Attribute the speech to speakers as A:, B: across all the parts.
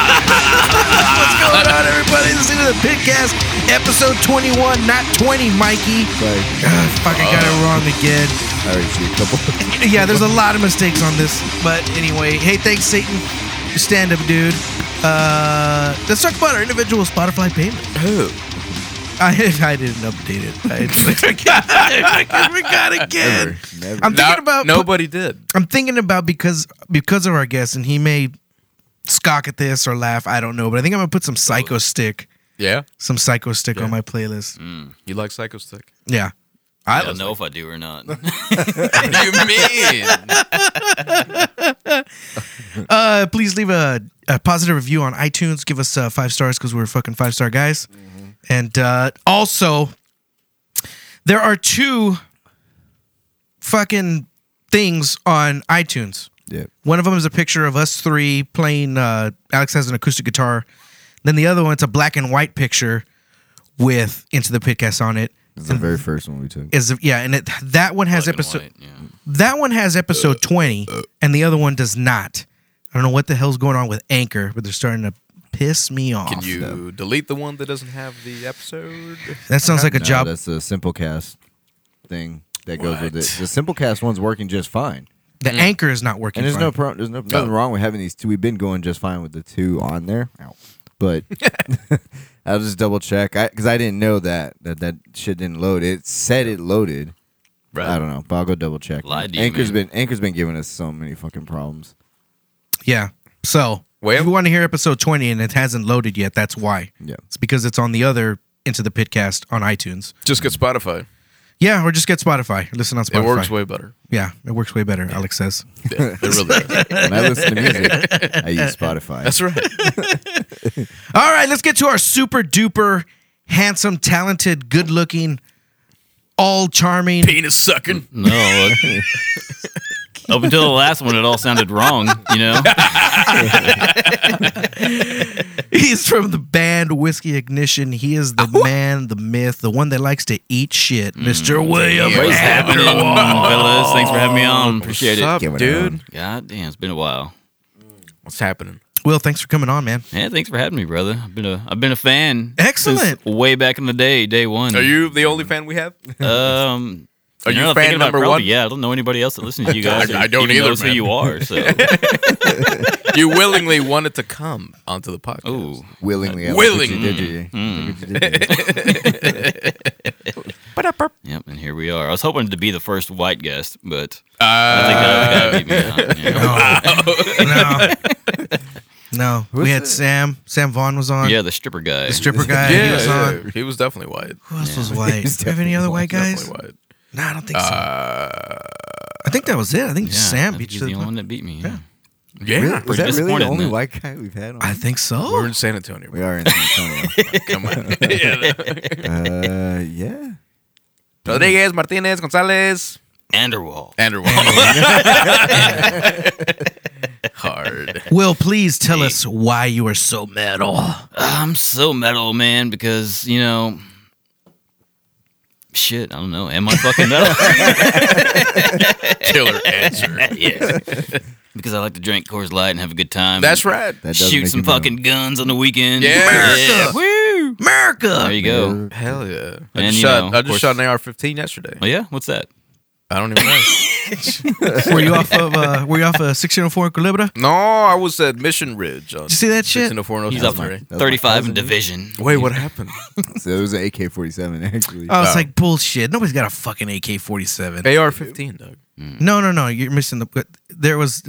A: What's going on, everybody? This is the Pitcast, episode 21, not 20, Mikey.
B: Sorry,
A: Ugh, fucking got it wrong again.
B: I already see a couple.
A: Yeah, there's a lot of mistakes on this, but anyway, hey, thanks, Satan. Stand up, dude. Uh, let's talk about our individual Spotify payment. I, I didn't update it. I forgot. I forgot again.
B: Never, never.
A: I'm thinking about
C: nobody did.
A: I'm thinking about because because of our guest, and he may scock at this or laugh. I don't know, but I think I'm gonna put some Psycho Stick,
C: Yeah,
A: some Psycho Stick on my playlist.
C: you like Psycho Stick?
A: Yeah, I
D: I don't know if I do or not.
C: you mean?
A: Uh, please leave a, a positive review on iTunes. Give us uh, five stars because we're fucking five star guys. And uh, also, there are two fucking things on iTunes.
B: Yeah.
A: One of them is a picture of us three playing. Uh, Alex has an acoustic guitar. Then the other one's a black and white picture with Into the Pitcast on it.
B: It's the very first one we took.
A: Is yeah, and it, that one has
D: Black and
A: episode
D: white, yeah.
A: that one has episode
C: Uh,
A: 20 and the other one does not. I don't know what the hell's going on with Anchor, but they're starting to piss me off.
C: Can you delete the one that doesn't have the episode?
A: that sounds like a
B: No,
A: job.
B: Uh, That's the simple cast thing that goes with
C: What?
B: it. The simple cast one's working just fine,
A: The Anchor is not working.
B: mm. and there's no
A: fine.
B: pro- there's no, nothing wrong with having these two. We've been going just fine with the two on there, Ow. but I'll just double check because I, didn't know that that that shit didn't load. It said it loaded.
C: Right.
B: I don't know, but I'll go double check.
D: Lied to you,
B: Anchor's
D: man.
B: been Anchor's been giving us so many fucking problems.
A: yeah. So if
C: Well-
A: you want to hear episode 20 and it hasn't loaded yet, that's why.
B: Yeah.
A: It's because it's on the other Into the Pitcast on iTunes.
C: Just get Spotify.
A: Yeah, or just get Spotify. Listen on Spotify.
C: It works way better.
A: yeah, it works way better, Alex says.
C: Yeah, it really does.
B: When I listen to music, I use Spotify.
C: That's right.
A: All right, let's get to our super duper handsome, talented, good looking, all charming.
C: Penis sucking.
D: No. it- Up until the last one, it all sounded wrong, you know?
A: He's from the band Whiskey Ignition. He is the man, the myth, the one that likes to eat shit,
D: Mm,
A: Mr. William.
C: What's
A: Abner.
C: happening?
D: Fellas, thanks for having me on. Appreciate
C: What's up,
B: Give it
C: dude?
B: on.
D: it. God damn, it's been a while.
C: What's happening?
A: Will, thanks for coming on, man.
D: Yeah, thanks for having me, brother. I've been a I've been a fan.
A: Excellent.
D: Since way back in the day, day one.
C: Are you the only fan we have?
D: Um
C: Are you
D: know,
C: fan
D: thinking about it,
C: number
D: probably,
C: one?
D: Yeah, I don't know anybody else that listens to you guys.
C: I- I
D: or
C: don't
D: even
C: either,
D: knows
C: man.
D: who you are. So,
C: You willingly wanted to come onto the podcast.
D: ooh,
B: willingly. I
C: Willing.
B: Look what you did to you. Look what you did to you.
C: Uh,
D: yep. And here we are. I was hoping to be the first white guest, but I think
C: Uh,
D: that would beat me. Out, you know?
A: No. no. we had
B: the-
A: Sam. Sam Vaughn was on.
D: Yeah, the stripper guy.
A: The stripper guy. he
C: yeah,
A: was
C: yeah,
A: on.
C: he was definitely white.
A: Who else was white? Do we have any other white guys?
C: Definitely white.
A: No, I don't think so. I think that was it. I think
D: Uh, Yeah, I
A: Sam
D: think
A: beat you.
D: he's
A: to
D: the
A: the
D: only
A: punch.
D: one that beat me. Yeah.
C: Yeah,
B: Was
D: Pretty
B: that really the
D: disappointed in
B: only
D: that.
B: white guy we've had on?
A: I think so.
C: we're in San Antonio.
B: we are in San
C: Come on. Yeah.
B: Antonio. uh, yeah.
C: Rodriguez, Martinez, Gonzalez.
D: Anderwall.
C: Andrew Wall. Hard.
A: Will, please tell us why you are so metal.
D: I'm so metal, man, because you know, shit. I don't know. Am I fucking metal?
C: Killer answer.
D: yeah. Because I like to drink Coors Light and have a good time.
C: That's right.
B: That does
D: Shoot
B: make
D: some
B: you mean-
D: fucking guns on the weekend.
C: Yeah. America.
D: yeah. Woo. There
A: America.
D: you go.
C: Hell yeah. I
D: And,
C: just,
D: you
C: shot,
D: know,
C: I
D: of
C: just
D: course-
C: shot an AR 15 yesterday.
D: Oh yeah, what's that?
C: I don't even know.
A: Were you off of uh, were you off of 1604 in Calibra?
C: no, I was at Mission Ridge. On
A: Did you see that shit?
C: 1604 and
D: He's up
C: Ocean
B: my
D: 35
B: cousin.
D: in division.
C: Three. Wait, what happened?
B: So it was an AK 47, actually.
A: I was
C: Oh.
A: like, bullshit. Nobody's got a fucking AK 47.
C: AR 15, Doug.
A: No, no, no. You're missing the. but There was.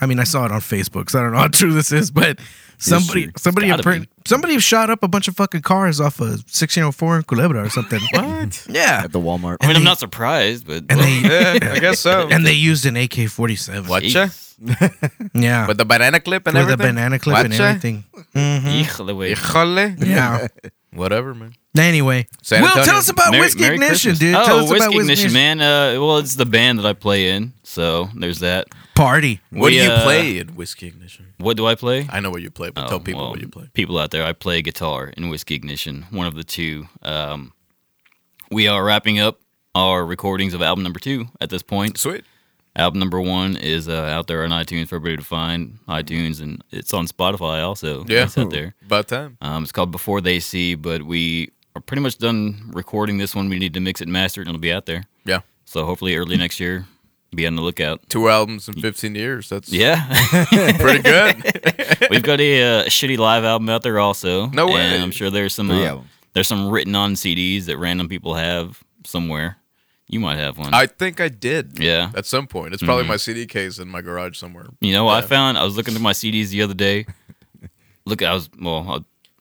A: I mean, I saw it on Facebook, so I don't know how true this is, but somebody,
B: true.
A: somebody,
D: gotta
A: appra-
D: be.
A: somebody shot up a bunch of fucking cars off of 1604 in Culebra or something.
C: What?
A: yeah.
B: At the Walmart.
D: I mean, I'm not surprised, but
A: And they
C: yeah, I guess so.
A: and they used an AK 47.
C: Watcha?
A: Yeah.
C: With the banana clip and
A: With a
C: everything?
A: banana clip and
C: Watcha? Hmm?
A: everything. Mhm.
D: Híjole, wey.
C: Híjole.
A: Yeah.
C: Whatever, man.
A: Anyway,
C: San
A: Will,
C: Antonio.
A: tell us about
D: Merry-
A: Uh, Whiskey
D: Merry
A: Ignition,
D: Christmas.
A: dude.
D: Oh,
A: tell us
D: Whiskey
A: about
D: Ignition, man. Uh, well, it's the band that I play in, so there's that.
A: Party.
C: What
D: We,
C: do you
D: uh,
C: play at Whiskey Ignition?
D: What do I play?
C: I know what you play, but
D: Oh,
C: tell people
D: well,
C: what you play.
D: People out there, I play guitar in Whiskey Ignition, one of the two. Um, we are wrapping up our recordings of album number two at this point.
C: Sweet.
D: Album number one is uh, out there on iTunes for everybody to find. iTunes and it's on Spotify also.
C: Yeah.
D: it's out there.
C: About time.
D: Um, it's called Before They See, but we are pretty much done recording this one. We need to mix it and master it, and it'll be out there.
C: Yeah.
D: So hopefully early next year, be on the lookout.
C: Two albums in 15 years. That's
D: Yeah,
C: pretty good.
D: we've got a uh, shitty live album out there also.
C: No way.
D: And I'm sure there's some
B: Three
D: uh,
B: albums.
D: there's some written on CDs that random people have somewhere. You might have one.
C: I think I did.
D: yeah.
C: At some point. It's
D: Mm-hmm.
C: probably my CD case in my garage somewhere.
D: You know, I found I was looking through my CDs the other day. Look, I was well, I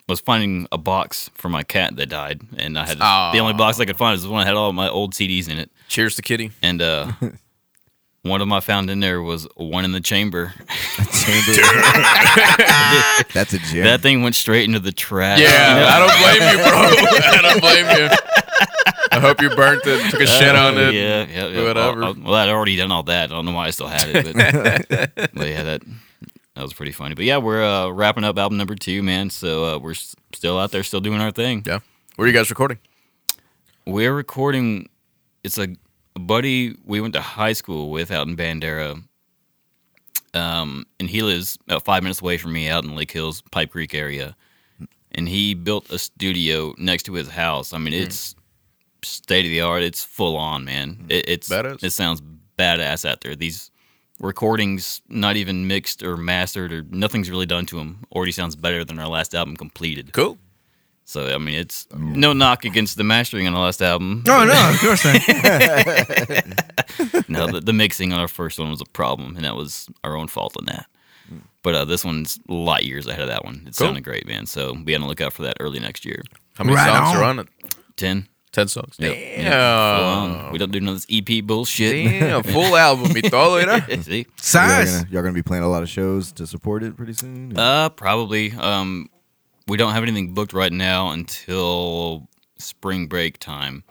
D: was finding a box for my cat that died, and I had the only box I could find is the one that had all my old CDs in it.
C: Cheers to Kitty.
D: and uh one of them I found in there was one in the chamber.
B: Chamber. That's a gem.
D: That thing went straight into the trash. You know?
C: Yeah, I don't blame you, bro. I don't blame you. I hope you burnt it, took a shit on it.
D: Yeah, yeah, yeah.
C: Whatever.
D: Well, I- well, I'd already done all that. I don't know why I still had it, but, but yeah, that that was pretty funny. But yeah, we're uh, wrapping up album number two, man. So uh, we're s- still out there, still doing our thing.
C: Yeah. Where are you guys recording?
D: We're recording. It's a buddy we went to high school with out in Bandera. Um, and he lives about five minutes away from me out in Lake Hills, Pipe Creek area. And he built a studio next to his house. I mean, it's state of the art. It's full on, man. It, it's
C: Badass.
D: it sounds badass out there. These recordings, not even mixed or mastered or nothing's really done to them. Already sounds better than our last album completed.
C: Cool.
D: So I mean, it's no knock against the mastering on the last album.
A: Oh no, of course not.
D: no, the, the mixing on our first one was a problem, and that was our own fault on that. But uh, this one's a lot years ahead of that one. It
C: Hmm. Cool.
D: sounded great, man. So be on the lookout for that early next year.
C: How many
A: Right
C: songs
A: on.
C: are on it?
D: Ten.
C: 10 songs.
D: Yep.
C: Damn.
D: Yep. Full on. We don't do none of this EP bullshit.
C: Damn, full album. Y todo era.
D: See?
B: Y'all
A: Size.
B: gonna, y'all gonna be playing a lot of shows to support it pretty soon.
D: Uh, probably. Um, we don't have anything booked right now until spring break time.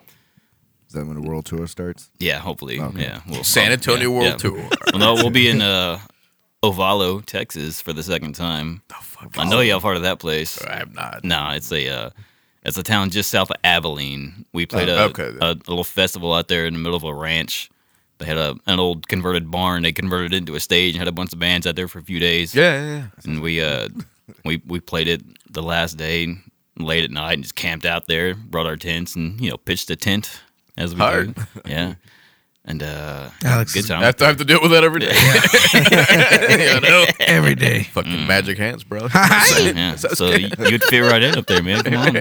B: Is that when the world tour starts?
D: Yeah, hopefully.
B: Okay.
D: Yeah, we'll,
C: San
D: yeah,
C: Antonio World
D: yeah.
C: Tour. Oh,
D: well, no, we'll be in uh, Ovalo, Texas, for the second time. I know y'all part of that place.
C: I'm not.
D: No, it's a uh, it's a town just south of Abilene. We played
C: Oh,
D: a,
C: okay, then.
D: a little festival out there in the middle of a ranch. They had a, an old converted barn. They converted it into a stage and had a bunch of bands out there for a few days.
C: Yeah, yeah, yeah.
D: and we uh, we we played it the last day late at night and just camped out there. Brought our tents and you know pitched a tent as we
C: Hard.
D: do. Yeah, and uh,
A: Alex
D: good
A: is-
D: time.
C: I have to, I have to deal with that every day. You know?
A: Every day.
C: Fucking
D: Mm.
C: magic hands, bro.
D: yeah. So you- you'd fit right in up there, man. Come on.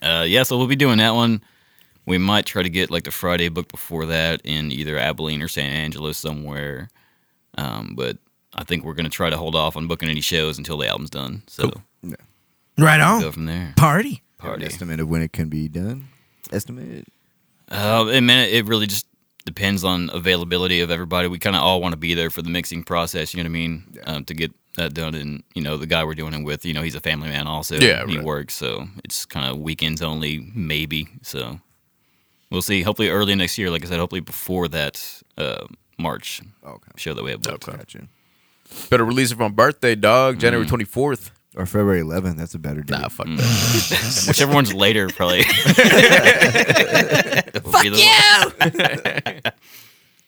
D: uh, yeah, so we'll be doing that one. We might try to get like the Friday book before that in either Abilene or San Angelo somewhere. Um, but I think we're going to try to hold off on booking any shows until the album's done. So
A: Right
D: go
A: on.
D: from there.
A: Party.
B: Have an
D: Party.
B: Estimate of when it can be done. Estimate.
D: Uh, and man, it really just depends on availability of everybody. We kind of all want to be there for the mixing process. You know what I mean? Um, to get that done, and you know the guy we're doing it with, you know, he's a family man also.
C: Yeah,
D: he
C: right.
D: works, so it's kind of weekends only, maybe. So we'll see. Hopefully early next year. Like I said, hopefully before that uh, March
B: Oh, Okay.
D: show that we have booked.
C: Okay.
B: Gotcha.
C: Better release it for my birthday, dog.
D: Mm.
C: January 24th.
B: Or February 11th. That's a better date.
C: Nah, fuck that.
D: Whichever one's later, probably. Fuck yeah!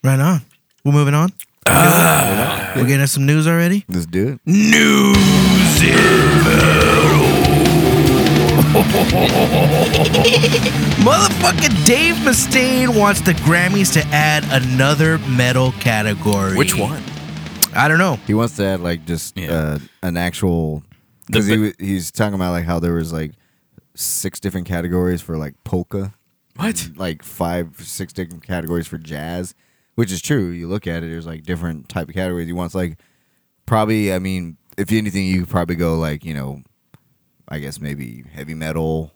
A: Right on. We're moving on. Ah, We're getting us some news already.
B: Let's do it.
A: Motherfucking Dave Mustaine wants the Grammys to add another metal category.
C: Which one?
A: I don't know.
B: He wants to add like just
D: Yeah.
B: uh, an actual because
D: The-
B: he wa- he's talking about like how there was like six different categories for like polka,
C: What?
B: like five six different categories for jazz, which is true. You look at it, there's like different type of categories. He wants like probably I mean if anything you could probably go like you know I guess maybe heavy metal,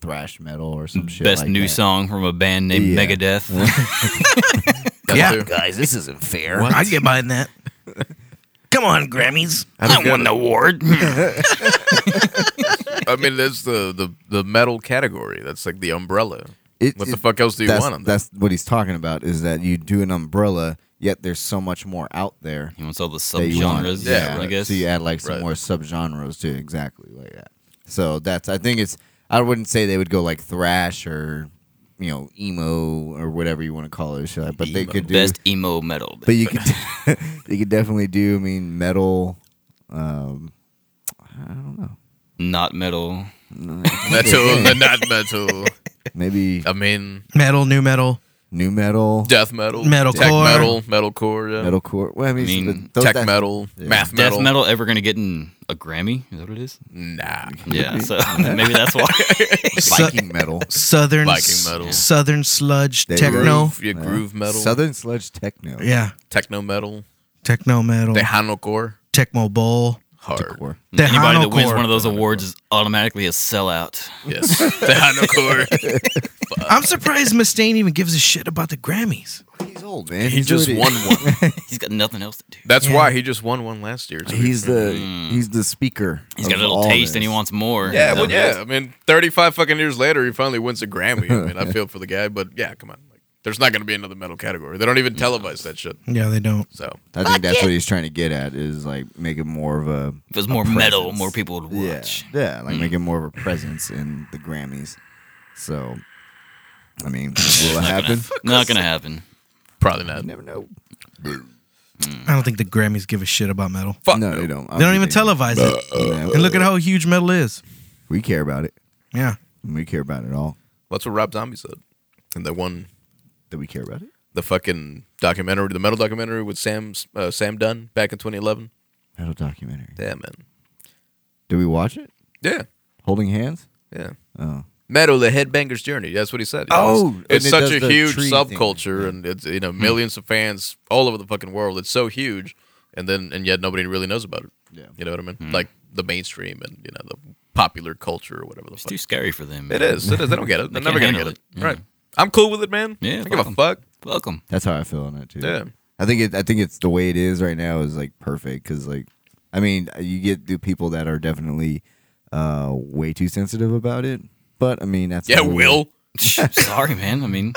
B: thrash metal or some shit.
D: Best
B: like
D: new
B: that.
D: song from a band named
B: Yeah.
D: Megadeth.
C: That
A: Yeah.
C: too.
B: Guys, this isn't fair.
A: I get behind that. Come on, Grammys.
D: I won the award.
C: I mean, that's the, the the metal category. That's like the umbrella.
B: It-
C: what
B: it-
C: the fuck else do you
B: that's,
C: want on that?
B: That's what he's talking about. Is that you do an umbrella, yet there's so much more out there
D: He wants all the
B: that you want.
D: subgenres.
C: Yeah,
D: I
C: right.
D: guess.
B: So you add like some
C: Right.
B: more subgenres too, exactly like that. So that's I think it's I wouldn't say they would go like thrash or you know emo or whatever you want to call it, or shit like- but they
C: Emo.
B: could do.
D: Best emo metal.
B: But you could you could definitely do. I mean, metal. Um, I don't know.
D: Not metal.
C: metal, the not metal.
B: Maybe
C: I mean,
A: Metal, new metal.
B: new metal,
C: death metal,
A: Metalcore.
C: tech metal, metalcore, yeah.
B: metalcore. Well, I mean,
D: I mean,
B: but
C: tech
B: that-
C: metal,
B: yeah.
C: math metal.
D: Death metal ever gonna get in a Grammy? Is that what it is?
C: Nah.
D: Yeah. So maybe that's why.
B: Viking metal,
A: Southern
C: Viking metal.
A: Southern sludge
B: They
A: techno.
C: Groove, yeah, groove metal,
B: southern sludge techno.
A: Yeah.
C: techno metal,
A: Techno metal.
C: Tejanocore,
A: Tecmo Bowl.
C: hard.
B: Or-
D: Anybody that
A: Tejano
D: wins
A: core.
D: one of those awards is automatically a sellout.
C: Yes, Tejanocore.
A: I'm surprised Mustaine even gives a shit about the Grammys.
B: He's old man.
C: he
B: He's
C: just
B: already-
C: won one.
D: He's got nothing else to do.
C: That's
A: Yeah.
C: why he just won one last year. too.
B: He's the he's the speaker.
D: He's got
B: of
D: a little
B: all
D: taste and
B: this.
D: he wants more.
C: yeah,
D: So-
C: well, yeah. I mean, thirty-five fucking years later, he finally wins a Grammy. I mean, I feel for the guy, but yeah, come on. Like, there's not going to be another metal category. They don't even televise that shit.
A: Yeah, they don't.
C: So
B: I think that's what he's trying to get at is like make it more of a
D: If it was more metal,
B: presence.
D: more people would
B: yeah,
D: watch. Mm.
B: yeah, like make it more of a presence in the Grammys. So, I mean, will it happen?
D: Not gonna happen.
C: probably not.
B: Never know.
D: Mm.
A: I don't think the Grammys give a shit about metal.
C: Fuck
B: No, they don't.
A: They don't even televise it. And look at how huge metal is.
B: we care about it.
A: Yeah.
B: We care about it all.
C: That's what Rob Zombie said, and they won
B: Do we care about it?
C: the fucking documentary, the metal documentary with Sam uh, Sam Dunn back in 2011.
B: Metal documentary.
C: Yeah, man.
B: Do we watch it?
C: Yeah,
B: Holding hands.
C: yeah.
B: Oh,
C: Metal, the headbanger's journey. That's what he said.
B: Oh, and
C: it's,
B: it
C: it's such
B: does
C: a
B: the
C: huge
B: tree thing.
C: subculture, and it's you know millions of fans all over the fucking world. It's so huge, and then and yet nobody really knows about it.
B: Yeah.
C: you know what I mean.
D: Hmm.
C: Like the mainstream and you know the popular culture or whatever the
D: It's
C: fuck.
D: too scary for them.
C: It is. It is. They don't get it. They're
D: They
C: never
D: can't
C: gonna get it.
D: handle it.
C: Right. I'm cool with it, man. I
D: Yeah,
C: don't give a
D: fuck 'em.
C: fuck.
D: Welcome.
B: that's how I feel on it too.
C: Yeah.
B: I think it. I think it's the way it is right now is like perfect because like, I mean, uh, you get the people that are definitely uh way too sensitive about it. But I mean, that's
C: Yeah,
B: how we-
C: Will.
D: Sorry, man. I mean,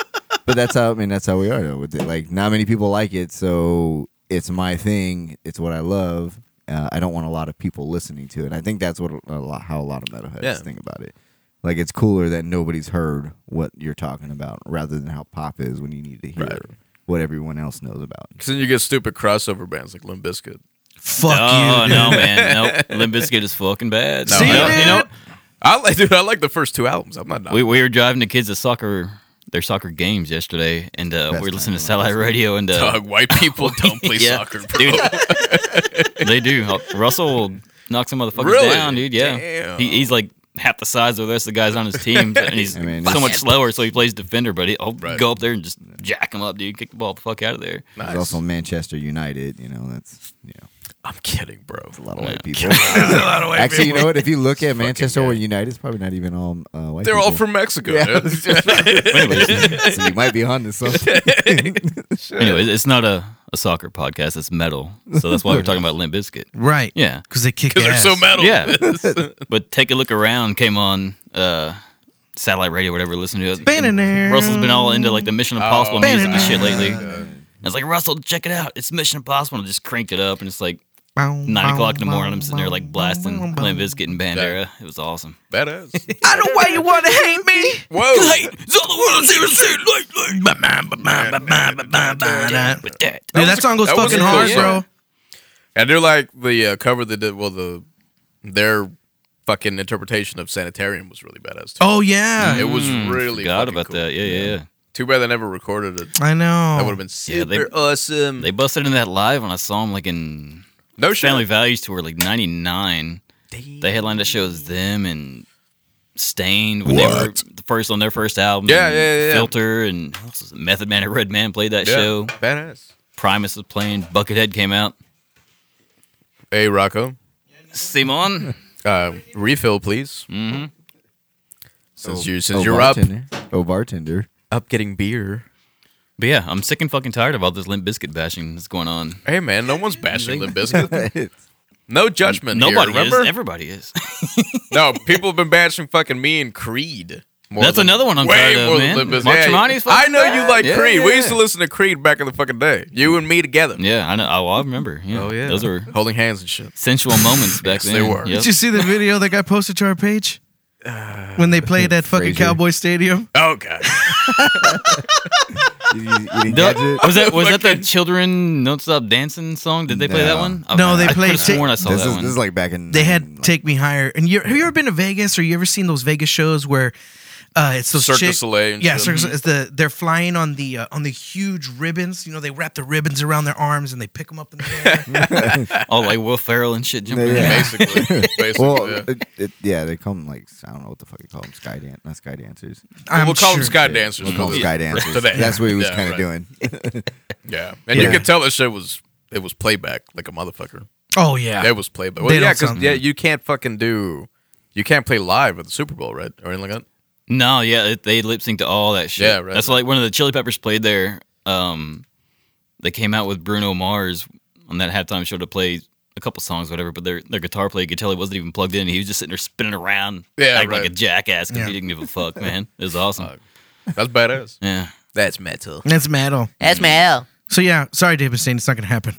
B: But that's how I mean. That's how we are though. With it, like not many people like it, so it's my thing. It's what I love. Uh, I don't want a lot of people listening to it. I think that's what a lot, how a lot of metalheads
C: Yeah.
B: think about it. Like it's cooler that nobody's heard what you're talking about, rather than how pop is when you need to hear
C: Right.
B: what everyone else knows about.
C: Because then you get stupid crossover bands like Limp Bizkit.
A: Fuck you.
D: oh
A: dude.
D: no, man. Nope. Limp Bizkit is fucking bad.
C: No,
A: See,
C: I don't-
A: dude?
D: you know,
C: I like, dude. I like the first two albums. I'm not.
D: we, we were driving the kids to soccer, their soccer games yesterday, and uh, we
B: Best
D: were listening to
B: time of my
D: satellite radio, and uh,
C: Dog, white people don't play
D: Yeah.
C: soccer, bro.
D: Dude. they do. Uh, Russell knocks some motherfuckers
C: Really?
D: down, dude. Yeah,
C: Damn.
D: he, he's like half the size of the rest of the guys on his team, and he's
B: I mean,
D: so
B: it's-
D: much slower. So he plays defender, but he'll
C: Right.
D: go up there and just jack him up, dude. Kick the ball the fuck out of there.
B: There's also Manchester United. You know, that's you know
C: I'm kidding, bro.
B: a lot of white people. Actually, you know what? If you look at Manchester or United, it's probably not even all uh, white.
C: They're all
B: people.
C: from Mexico,
B: Yeah, I
C: dude.
B: was just- so you might be on to something.
D: Anyway, it's not a, a soccer podcast. It's metal, so that's why we're talking about Limp Bizkit.
A: Right.
D: Yeah.
A: Because they kick
C: Because they're
A: ass.
C: so metal.
D: Yeah. but take a look around came on uh, satellite radio, whatever, listen to it.
A: Been in there.
D: Russell's been all into like the Mission Impossible
C: Oh,
D: music and
A: yeah.
D: shit lately. I was like, Russell, check it out. It's Mission Impossible. And I just cranked it up and it's like nine o'clock in the morning. I'm sitting there like blasting Limp Bizkit and Bandera. It was awesome.
C: Badass.
A: I know why you want to hate me.
C: Whoa.
D: it's all the world's ever seen. Like,
A: Dude,
D: with that.
A: that song goes
C: that was a
A: fucking
C: cool
A: hard,
C: song.
A: bro.
C: And they're like the uh, cover they did. Well, the their fucking interpretation of Sanitarium was really badass. Too.
A: Oh yeah.
C: it was really.
D: Mm, Forgot
C: fucking
D: about
C: cool.
D: that. Yeah, yeah, yeah.
C: Too bad they never recorded it.
A: I know.
C: That would have been super
D: Oh. Yeah, they-
C: awesome.
D: They busted in that live when I saw him like in
C: no shit.
D: Family Values Tour, like 99. They headlined the shows them and Stained when they were the first on their first album.
C: Yeah,
D: and
C: yeah, yeah, yeah.
D: Filter and who else was it? Method Man and Red Man played that
C: Yeah.
D: show.
C: Badass.
D: Primus was playing. Buckethead came out.
C: Hey, Rocco.
D: Simon.
C: Uh, refill, please.
D: hmm
B: Oh,
C: Since you since you're up
B: bartender. Oh, bartender.
C: up getting beer.
D: But yeah, I'm sick and fucking tired of all this Limp Biscuit bashing that's going on.
C: Hey man, no one's bashing
D: Really?
C: Limp Bizkit.
B: It's-
C: No judgment.
D: Nobody
C: here,
D: is.
C: remember?
D: Everybody is.
C: No, people have been bashing fucking me and Creed. More
D: That's
C: than-
D: another one I'm
C: way
D: tired of,
C: more
D: man.
C: than Limbus.
D: Mark
C: Yeah,
D: Tremonti's
C: I
D: fucking
C: know you
D: bad.
C: like
B: Yeah,
C: Creed. We
B: yeah.
C: used to listen to Creed back in the fucking day. You and me together.
D: Yeah, I know. Oh, I remember. Yeah.
C: Oh yeah.
D: Those were
C: holding hands and shit.
D: sensual moments
C: Yes,
D: back then.
C: they were.
D: Yep.
A: Did you see the video that got posted to our page?
C: Uh,
A: When they played at fucking
B: Frazier.
A: Cowboy Stadium?
C: Oh god.
B: You, you
D: The-
B: didn't catch it?
D: was that was that the
C: Fucking-
D: children don't stop dancing song? Did they play that
B: No.
D: one?
A: No, they
D: I could've
A: played Ta-
D: Sworn I saw
B: This
D: that
B: is,
D: one.
B: this is like back in.
A: They had
B: like,
A: Take Me Higher. And you have you ever been to Vegas or you ever seen those Vegas shows where uh, it's those
C: Cirque du
A: chick-
C: Soleil and
A: yeah,
C: shit.
A: Cirque du Soleil. It's the they're flying on the uh, on the huge ribbons. You know, they wrap the ribbons around their arms and they pick them up in the air.
D: oh, like Will Ferrell and shit. Jumping
B: Yeah,
D: around.
B: yeah.
C: Basically. Basically.
B: Well,
C: yeah.
B: It, it, yeah, they call them like I don't know what the fuck you call them, sky dan- not sky dancers.
A: I'm
C: we'll call
A: sure.
C: them sky dancers.
B: We'll call them
C: Yeah.
B: sky dancers.
C: Today.
B: That's what he was
C: Yeah,
B: kind of
C: right.
B: doing.
C: Yeah, and you
A: Yeah.
C: could tell that shit was it was playback like a motherfucker.
A: Oh yeah.
C: That was playback. Well,
A: They
C: yeah,
A: don't
C: because
A: sound-
C: yeah, you can't fucking do, you can't play live at the Super Bowl, right, or anything like that.
D: No, yeah, it, they lip synced to all that shit.
C: Yeah, right.
D: That's why, like one of the Chili Peppers played there. Um, they came out with Bruno Mars on that halftime show to play a couple songs, whatever. But their their guitar player, you could tell he wasn't even plugged in. He was just sitting there spinning around,
C: Yeah,
D: acting
C: right.
D: like a jackass because
A: Yeah.
D: he didn't give a fuck, man. It was awesome.
C: Fuck. That's badass.
D: yeah,
C: That's metal.
A: That's metal.
E: That's my L.
A: So yeah, sorry, David Stain, it's not gonna happen.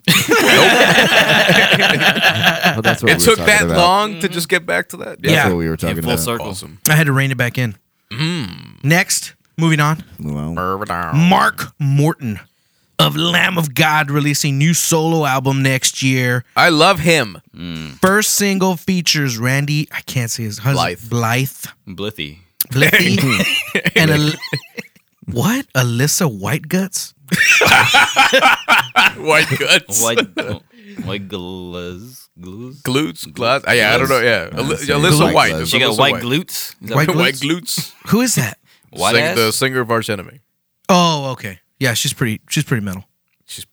B: But that's
C: It
B: what we were
C: took
B: talking
C: that
B: about.
C: long
D: Mm-hmm.
C: to just get back to that.
B: That's
A: Yeah.
B: what we were
D: yeah
B: talking
D: full
B: about.
D: circle.
C: awesome.
A: I had to rein it back in.
C: Hmm.
A: Next, moving on.
B: Well,
A: Mark Morton of Lamb of God releasing new solo album next year.
C: I love him.
A: First single features Randy. I can't say his husband. Blythe.
D: Blithy.
A: Blithy. and Al- what? Alyssa Whiteguts.
C: White guts,
D: White, white glutes. glutes?
C: glutes, glass. yeah, I don't know. Yeah, Al-
B: Glutes.
C: Alyssa
B: Glutes.
C: White.
B: Glutes.
C: It's
D: She got
C: Alyssa
D: white glutes. Is that
A: White
D: what-
C: White glutes.
A: Who is that?
D: White
C: Sing-
D: ass?
C: the singer of Arch Enemy.
A: Oh, okay. Yeah, she's pretty. She's pretty metal.
C: She's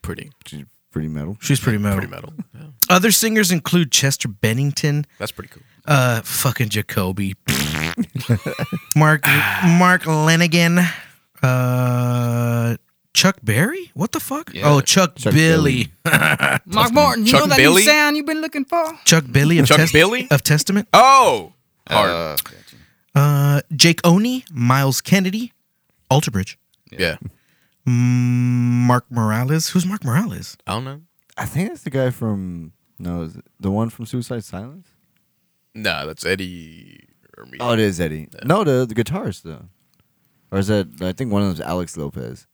C: pretty,
B: she's pretty metal.
A: She's pretty metal.
C: pretty metal. Yeah.
A: Other singers include Chester Bennington,
C: That's pretty cool.
A: uh, fucking Jacoby, Mark Mark Lenigan, uh, Chuck Berry. What the fuck?
D: Yeah.
A: Oh, Chuck,
B: Chuck
A: Billy.
D: Mark Martin, you
C: Chuck
D: know that
C: Billy?
D: new sound you've been looking for?
A: Chuck Billy of
C: Chuck
A: Test-
C: Billy?
A: of Testament.
C: Oh, hard.
D: Uh,
A: Uh, Jake Oney, Miles Kennedy, Alterbridge,
C: yeah.
A: Mm, Mark Morales. Who's Mark Morales?
C: I don't know.
B: I think that's the guy from no, is it the one from Suicide Silence.
C: No, that's Eddie. or me.
B: Oh, it is Eddie. No, the the guitarist though, or is that I think one of them's Alex Lopez.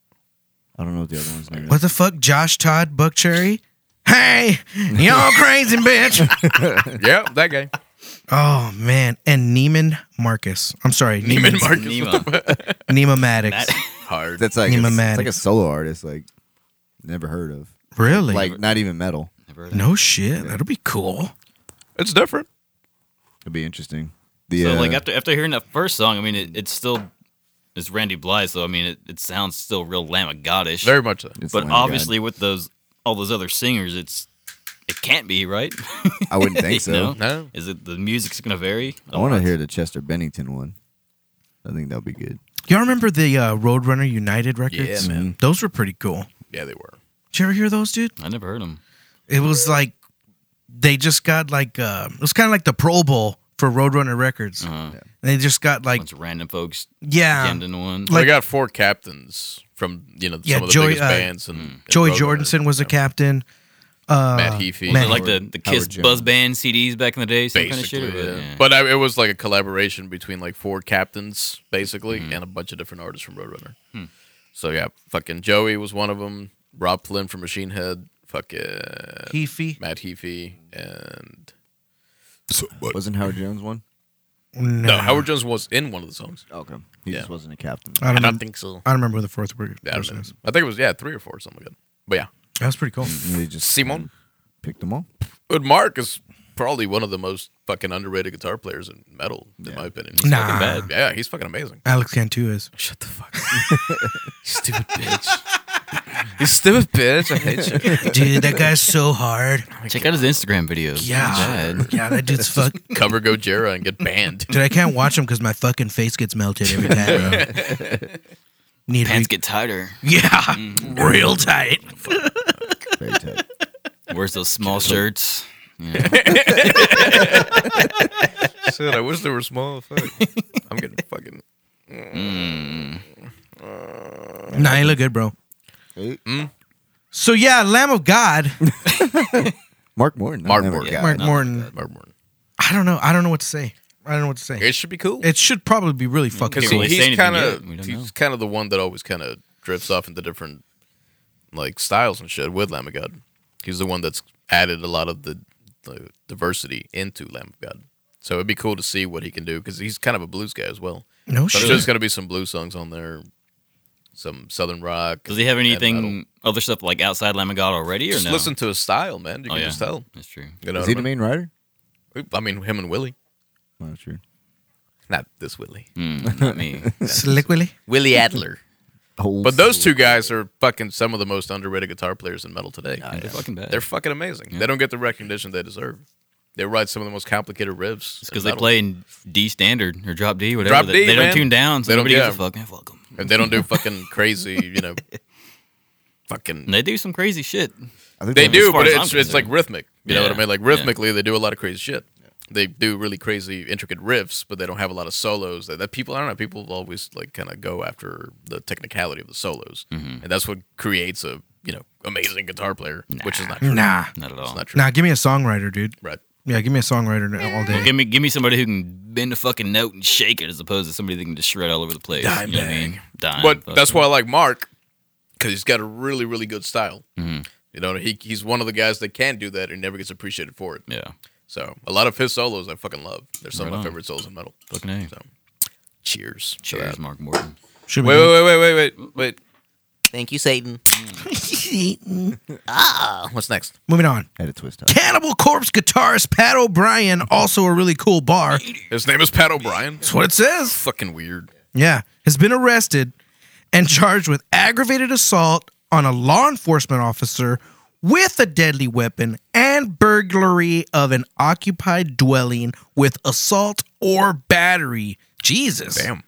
B: I don't know what the other one's name.
A: What the fuck? Josh Todd, Buckcherry. Hey, y'all crazy bitch.
C: yeah, that guy.
A: Oh man, and Neiman Marcus. I'm sorry,
C: Neiman
A: Neiman
C: Marcus.
D: Nemo.
A: Neiman Maddox.
D: That-
B: is.
C: Hard.
B: That's like
A: Nima
B: it's, it's like a
A: Maddox.
B: solo artist, like never heard of,
A: Really?
B: like not even metal.
A: no shit. That'll be cool.
C: It's different.
B: It'd be interesting. The,
D: So
B: uh,
D: like after after hearing that first song, I mean it, it's still it's Randy Blythe, so I mean it, it sounds still real Lamb of Godish.
C: Very much so.
B: it's
D: but
B: Lamb of God.
D: obviously with those all those other singers, it's it can't be right.
B: I wouldn't think so.
D: You know?
C: No.
D: Is it the music's gonna vary?
B: I want to hear the Chester Bennington one. I think that'll be good.
A: Y'all remember the uh, Roadrunner United records?
C: Yeah,
B: man.
A: Those were pretty cool.
C: Yeah, they were.
A: Did you ever hear those, dude?
D: I never heard them.
A: It was like they just got like uh, it was kind of like the Pro Bowl for Roadrunner Records.
C: Uh-huh.
D: Uh,
A: They just got like
D: Bunch of random folks
A: yeah,
D: jammed into one.
A: Like-
C: they got four captains from you know
A: Yeah,
C: some of the
A: Joey,
C: biggest
A: uh,
C: bands and, and
A: Joy
C: Roadrunner.
A: Jordanson was the
C: Yeah.
A: captain. Uh,
C: Matt Heafy.
A: Matt
D: So, like the,
B: Howard-
D: the Kiss
B: Howard Jones.
D: Buzz Band CDs back in the day, some
C: Basically,
D: kind of shit.
C: yeah.
D: But, yeah.
C: but I, it was like a collaboration between like four captains, basically, and a bunch of different artists from Roadrunner. So yeah, fucking Joey was one of them. Rob Flynn from Machine Head, fucking
A: Heafy.
C: Matt Heafy, and
B: Wasn't Howard Jones one?
C: no, Howard Jones was in one of the songs.
B: Okay, he
C: Yeah.
B: just wasn't a captain.
A: I don't,
C: I
A: know.
C: don't think so.
A: I don't remember who the fourth word.
C: Yeah, I, don't know. I think it was yeah three or four something like that. But yeah,
A: That was pretty cool.
C: Mm-hmm.
B: And They just
C: Simon.
B: picked them all.
C: But Mark is probably one of the most fucking underrated guitar players in metal, in my opinion. He's
A: Nah.
C: fucking bad. Yeah, he's fucking amazing.
A: Alex Cantu is.
C: Shut the fuck up. stupid bitch. You stupid bitch. I hate you.
A: Dude, that guy's so hard.
D: Check out his Instagram videos.
A: Yeah.
D: Not bad.
A: Yeah, that dude's fuck.
C: Cover Gojira and get banned.
A: Dude, I can't watch him because my fucking face gets melted every time. Bro. Need
D: Pants
A: re-
D: get tighter.
A: yeah, real tight.
B: Very tight.
D: Wears those small shirts.
C: said. I wish they were small. Fuck. I'm getting fucking.
A: Nah, you look good, bro.
B: Hey,
A: So yeah, Lamb of God,
B: Mark Morton.
C: Mark
B: I've never
C: Morton.
B: got-
A: Mark
D: no,
A: Morton.
C: Mark Morton.
A: I don't know. I don't know what to say. I don't know what to say.
C: It should be cool.
A: It should probably be really fucking
C: Because
D: Can't really
A: cool.
D: say
C: he's
D: anything
C: kind of
D: yet. We don't know.
C: he's kind of the one that always kind of drifts off into different like styles and shit with Lamb of God. He's the one that's added a lot of the, the diversity into Lamb of God. So it'd be cool to see what he can do because he's kind of a blues guy as well.
A: No
C: So
A: shit.
C: there's going to be some blues songs on there, some southern rock.
D: Does he have
C: and metal.
D: anything other stuff like outside Lamb of God already or
C: Just
D: no?
C: listen to his style, man. You
D: oh
C: can
D: yeah,
C: just tell.
D: that's true.
C: You know
B: Is
C: what
B: he
C: I
B: the
C: mean?
B: main writer?
C: I mean, him and Willie,
B: Not sure.
C: not this Willie,
D: Hmm, not me.
A: Slick Willy.
C: Willie Adler.
B: Old
C: But those
B: school.
C: two guys are fucking some of the most underrated guitar players in metal today.
D: They're fucking bad.
C: They're fucking amazing. They don't get the recognition they deserve. They write some of the most complicated riffs.
D: It's because
C: in
D: they
C: metal.
D: play in D standard or drop D, whatever.
C: Drop
D: they,
C: D,
D: they don't
C: man.
D: tune down, so
C: They don't-
D: nobody gives
C: yeah.
D: a fuck. Man, fuck 'em.
C: and they don't do fucking crazy, you know, fucking.
D: And they do some crazy shit.
B: I think
C: They
B: they're-
C: do,
D: As far
C: but
D: as
C: it's
D: I'm
C: it's like
D: concerned.
C: rhythmic. You know what I
D: Yeah,
C: mean? Like
D: yeah.
C: rhythmically, they do a lot of crazy shit. They do really crazy, intricate riffs, but they don't have a lot of solos. That, that people, I don't know, people always like kind of go after the technicality of the solos,
D: Mm-hmm.
C: and that's what creates a you know amazing guitar player, which is not true.
A: Nah,
D: Not at
C: It's
D: all.
C: not true.
A: nah. Give me a songwriter, dude.
C: right.
A: Yeah, give me a songwriter now all day.
D: Give me, give me somebody who can bend a fucking note and shake it, as opposed to somebody that can just shred all over the place.
C: Dime
D: you know what I
C: bag.
D: mean? Dime,
C: But
D: fuck.
C: that's why I like Mark because he's got a really, really good style.
D: Mm-hmm.
C: You know, he he's one of the guys that can do that and never gets appreciated for it.
D: Yeah,
C: So a lot of his solos I fucking love. They're some
D: Right
C: of
D: on.
C: my favorite solos in metal.
D: fucking a.
C: So cheers. to
D: Cheers,
C: that.
D: Mark Morton.
A: Should
C: Wait, wait, wait, wait, wait, wait.
E: Thank you, Satan. Oh,
C: Uh, What's next?
A: Moving on.
B: had a twist. Up.
A: Cannibal Corpse guitarist Pat O'Brien, also a really cool bar. That's
C: His name is Pat O'Brien. It's
A: what it says.
C: fucking weird.
A: Yeah, has been arrested and charged with aggravated assault on a law enforcement officer with a deadly weapon and burglary of an occupied dwelling with assault or battery. Jesus.
C: Damn.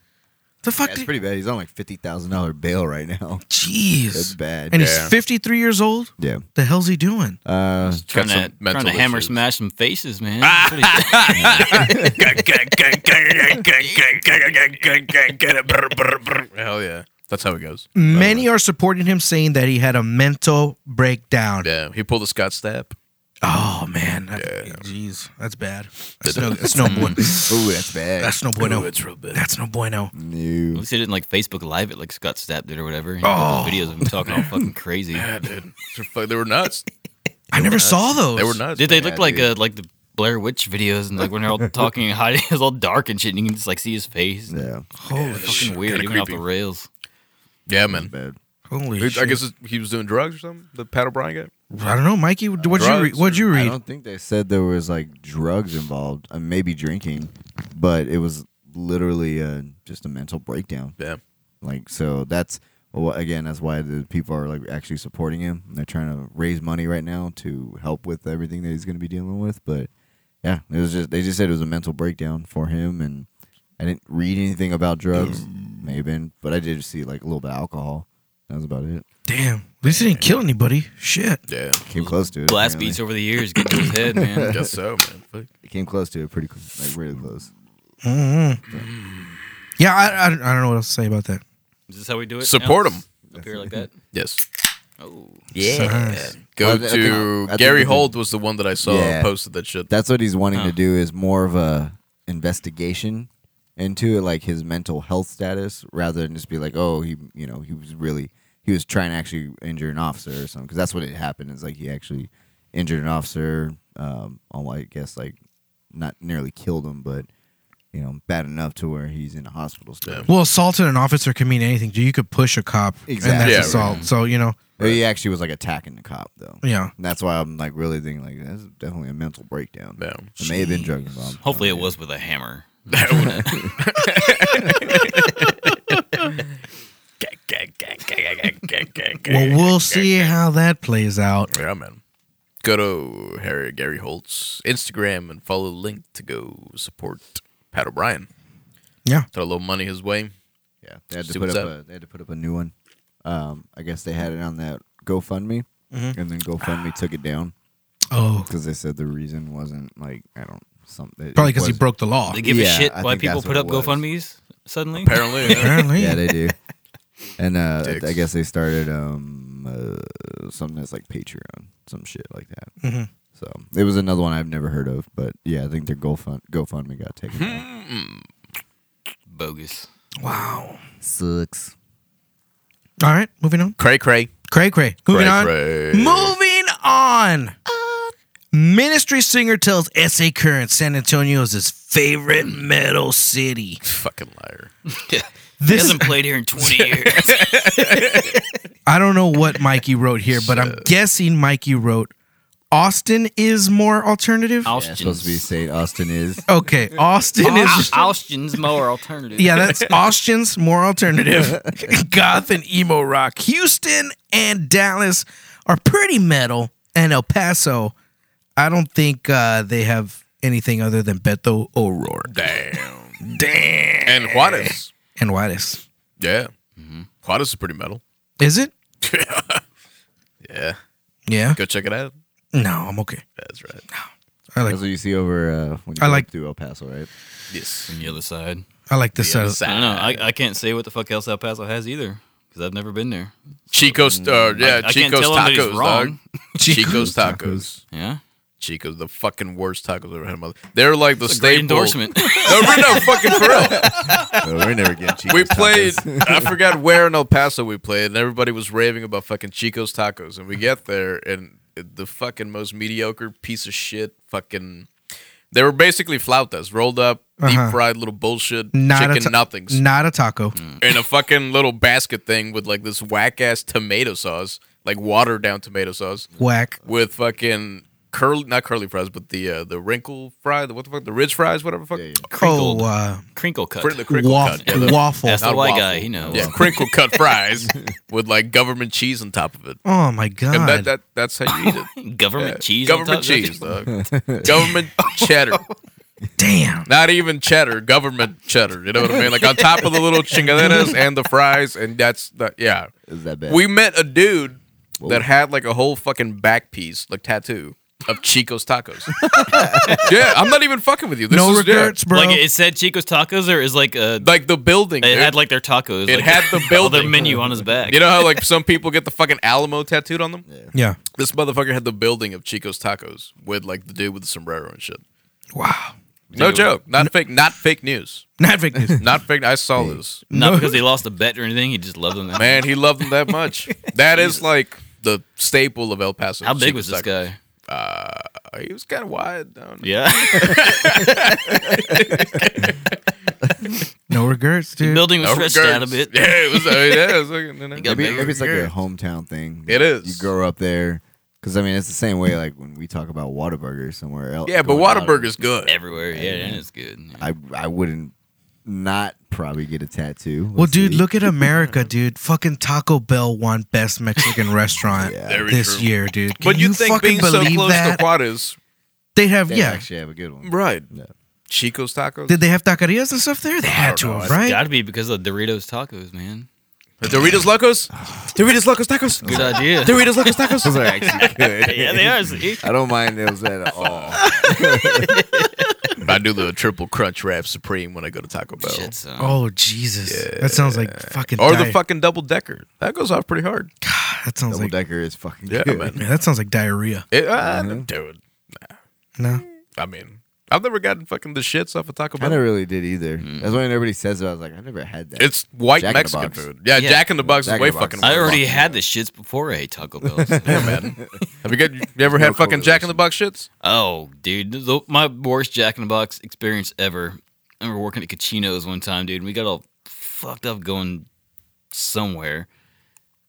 A: The fuck
B: That's
A: did-
B: pretty bad. He's on like fifty thousand dollar bail right now.
A: Jeez.
B: That's bad.
A: And
C: Yeah.
A: he's 53 years old?
B: yeah.
A: The hell's he doing?
B: Uh,
C: some
D: Trying to,
C: mental
D: trying to hammer
C: issues.
D: smash some faces, man. That's what he's-
C: Hell yeah. That's how it goes.
A: Many are supporting him saying that he had a mental breakdown.
C: Yeah, he pulled a Scott Stapp.
A: Oh man. That-
C: Yeah.
A: Jeez. That's bad. That's no, that's no bueno.
B: ooh, that's bad.
A: That's no bueno.
C: Ooh, it's real bad.
A: That's no bueno.
D: At
B: new.
D: least they didn't like Facebook Live it like Scott Stapp did or whatever. You know,
C: Oh.
D: those videos of him talking all fucking crazy.
C: Yeah, dude. They're fu- They were nuts.
A: I never saw those.
C: They were nuts.
D: Did they
C: man.
D: look like uh,
B: dude.
D: like the Blair Witch videos and like when they're all talking and hiding, it's all dark and shit, and you can just like see his face.
B: Yeah,
A: Holy,
D: Fucking weird,
C: kinda
D: even off the
C: creepy.
D: rails.
C: Yeah, man.
B: bad.
A: holy
C: Who-
A: shit.
C: I guess it- he was doing drugs or something. The Pat O'Brien guy.
A: I don't know, Mikey. What'd you read?
C: drugs
A: What'd you
B: I
A: read?
B: don't think they said there was like drugs involved, uh, maybe drinking, but it was literally uh, just a mental breakdown.
C: Yeah,
B: Like, so that's well, again, that's why the people are like actually supporting him. They're trying to raise money right now to help with everything that he's going to be dealing with. But yeah, it was just they just said it was a mental breakdown for him, and I didn't read anything about drugs,
D: Mm.
B: maybe, but I did see like a little bit of alcohol. That was about it.
A: Damn. At least he didn't kill anybody. Shit.
C: yeah.
B: Came close to it.
D: Blast
B: apparently.
D: beats over the years get to his head, man.
C: Guess so, man. Fuck.
B: It came close to it, pretty cl- like really close.
A: Mm-hmm. Yeah, I, I, I don't know what else to say about that.
D: Is this how we do it?
C: Support
D: Alex?
B: 'em.
D: Up here like that.
C: Yes.
D: Oh,
C: Go
E: Yeah.
B: I think- I think-
C: to
B: I think
C: Gary
B: we did.
C: Holt was the one that I saw
B: Yeah.
C: posted that shit.
B: That's what he's wanting
D: Huh.
B: to do is more of a investigation into it, like his mental health status, rather than just be like, oh, he, you know, he was really he was trying to actually injure an officer or something, because that's what it happened. Is like he actually injured an officer. Um, on what I guess like not nearly killed him, but you know, bad enough to where he's in the hospital still.
C: Yeah.
A: Well, assault in an officer can mean anything. You could push a cop, and that's
B: Exactly.
C: Yeah,
A: assault. So you know,
B: But He actually was like attacking the cop though.
A: yeah.
B: And that's why I'm like really thinking like that's definitely a mental breakdown.
C: Yeah.
B: It may have been drug involved.
D: Hopefully it was with a hammer.
A: Well, we'll see how that plays out.
C: Yeah, man. Go to Harry Gary Holt's Instagram and follow the link to go support Pat O'Brien.
A: Yeah.
C: Throw a little money his way.
B: Yeah, they had
C: See
B: to put
C: what's
B: up
C: up.
B: a, they had to put up a new one. Um, I guess they had it on that GoFundMe,
C: Mm-hmm.
B: and then GoFundMe took it down
A: Oh,
B: because they said the reason wasn't like I don't something.
A: Probably because he broke the law.
D: They give a
B: Yeah,
D: shit
B: I
D: why
B: think
D: people
B: that's
D: put
B: what
D: up
B: it was.
D: GoFundMe's suddenly.
C: Apparently, yeah.
A: Apparently.
B: Yeah, they do. And uh, I- I
C: Dicks.
B: guess they started um uh, something that's like Patreon, some shit like that.
C: Mm-hmm.
A: Mhm.
B: So it was another one I've never heard of, but yeah, I think their GoFund GoFundMe got taken. down.
D: Bogus.
A: Wow.
B: Sucks.
A: All right, moving on.
C: cray cray.
A: Cray cray. Moving
C: Cray
A: on.
C: cray.
A: Moving on.
D: Uh.
A: Ministry singer tells SA Current San Antonio is his favorite metal city.
C: Fucking liar.
D: He
A: This
D: hasn't played here in 20 years.
A: I don't know what Mikey wrote here, but I'm guessing Mikey wrote Austin is more alternative.
B: Yeah, it's supposed to be St. Austin is.
A: Okay, Austin is
D: Austin's more alternative.
A: yeah, that's Austin's more alternative. Goth and emo rock. Houston and Dallas are pretty metal, and El Paso. I don't think uh, they have anything other than Beto O'Rourke.
C: Damn.
A: Damn.
C: And Juarez.
A: And Juarez.
C: Yeah. Mm-hmm. Juarez is pretty metal.
A: Is it?
C: yeah.
A: Yeah.
C: Go check it out.
A: No, I'm okay.
C: That's right.
A: I like
B: That's what you see over uh, when you
A: I
B: go
A: like-
B: through El Paso, right?
C: Yes.
D: On the other side.
A: I like this
C: The other
A: side.
D: I
C: side.
D: don't know. I, I can't say what the fuck else El Paso has either because I've never been there.
C: Chico's, uh, yeah,
D: Mm, I can't
C: Chico's
D: tell him that he's
C: tacos, dog.
D: wrong.
C: Chico's tacos.
D: Yeah.
C: Chico's the fucking worst tacos I've ever had in my life. They're like the
D: It's a
C: staple.
D: great endorsement.
C: No, we're no fucking for real.
B: Oh, we're never getting cheap.
C: We played. I forgot where in El Paso we played, and everybody was raving about fucking Chico's tacos. And we get there, and the fucking most mediocre piece of shit. Fucking, they were basically flautas, rolled up,
A: Uh-huh.
C: deep fried little bullshit
A: Not a
C: chicken
A: ta-
C: nothings
A: Not a taco.
C: in a fucking little basket thing with like this whack ass tomato sauce, like watered down tomato sauce
A: Whack.
C: with fucking curly, not curly fries, but the uh, the wrinkle fry, the what the fuck, the ridge fries, whatever. the Fuck,
B: Yeah,
A: Oh,
D: Crinkled.
A: uh,
D: Crinkle cut.
C: Cr- the crinkle
A: waff-
C: cut. yeah, the-
A: waffle.
D: That's the
C: Not
D: white
C: waffle.
D: guy. He knows.
C: yeah, crinkle cut fries with like government cheese on top of it.
A: Oh my god.
C: And that, that that's how you eat it.
D: Government
C: Yeah.
D: cheese. on
C: Government
D: top of it.
C: cheese, dog. government cheddar.
A: Damn.
C: Not even cheddar, government cheddar. You know what I mean? Like on top of the little chingaderas and the fries, and that's the yeah.
B: Is that bad?
C: We met a dude that had like a whole fucking back piece, like tattoo of Chico's tacos. yeah, I'm not even fucking with you. This
A: no
C: is, yeah.
A: regrets, bro.
D: Like it said Chico's tacos or is like a.
C: Like the building.
D: It
C: dude.
D: had like their tacos.
C: It
D: like,
C: had the
D: all their
C: building.
D: menu on his back.
C: you know how like some people get the fucking Alamo tattooed on them?
A: yeah.
C: This motherfucker had the building of Chico's tacos with like the dude with the sombrero and shit.
A: Wow.
C: No joke. Not fake not fake news.
A: Not fake news.
C: Not fake I saw this.
A: No.
D: Not because he lost a bet or anything. He just loved them. that
C: Man, he loved them that much. That is like the staple of El Paso.
D: How big was
C: Chico's
D: this guy?
C: tacos. He was kind of wide. I don't know.
D: Yeah.
A: No regrets, dude.
D: building was
C: No
D: stretched out a
C: regrets.
D: bit.
C: Yeah, it was. Uh, yeah, it was like, you know.
D: got
B: maybe,
D: big
B: maybe it's like a hometown thing.
C: It is.
B: You grow up there. Because, I mean, it's the same way like when we talk about Whataburger somewhere else.
C: yeah, but
B: going out.
C: Whataburger's good.
D: Everywhere. Yeah, and it's good. Yeah.
B: I, I wouldn't not probably get a tattoo.
A: well,
B: Let's
A: dude,
B: see.
A: look at America, dude. Fucking Taco Bell won best Mexican restaurant
B: Yeah.
C: Very
A: this
C: true.
A: year, dude. Can
C: But you,
A: you
C: think
A: fucking
C: being so
A: believe
C: close
A: that?
C: to Juarez,
A: they have,
B: They
A: yeah.
B: actually have a good one.
C: right?
B: Yeah.
C: Chico's tacos.
A: Did they have taquerias and stuff there? They had to
C: know.
A: have,
C: It's
A: right?
D: Got to be because of Doritos tacos, man.
C: The Doritos Locos? Doritos Locos Tacos?
D: Good idea.
C: Doritos Locos Tacos?
B: Those are actually good.
D: yeah, they are. See?
B: I don't mind those at all.
C: I do the triple crunch wrap supreme when I go to Taco Bell.
D: Shit, son.
A: Oh Jesus, that sounds like fucking.
C: Or
A: di-
C: the fucking double decker. That goes off pretty hard.
A: That sounds
B: Double
A: like.
B: decker is fucking
C: Yeah,
B: good.
C: man.
A: Yeah, that sounds like diarrhea.
C: It, uh,
B: Mm-hmm.
C: Dude,
A: No.
C: I mean, I've never gotten fucking the shits off of Taco
B: I
C: Bell.
B: never really did either. That's why everybody says it. I was like, I never had that.
C: Mm. It's white
B: Jack in the
C: Mexican
B: Box.
C: food. Yeah,
D: Yeah.
C: Jack in the Box
B: Jack
C: is
B: in
C: way
B: the Box
C: fucking.
B: is
D: I already
C: Fuck.
D: had the shits before I ate Taco Bell. so-
C: Yeah, man. Have you got? You ever had
B: no
C: fucking Jack in the
B: correlation.
C: Box shits?
D: Oh, dude, the, my worst Jack in the Box experience ever. I remember working at Cachino's one time, dude. And we got all fucked up going somewhere,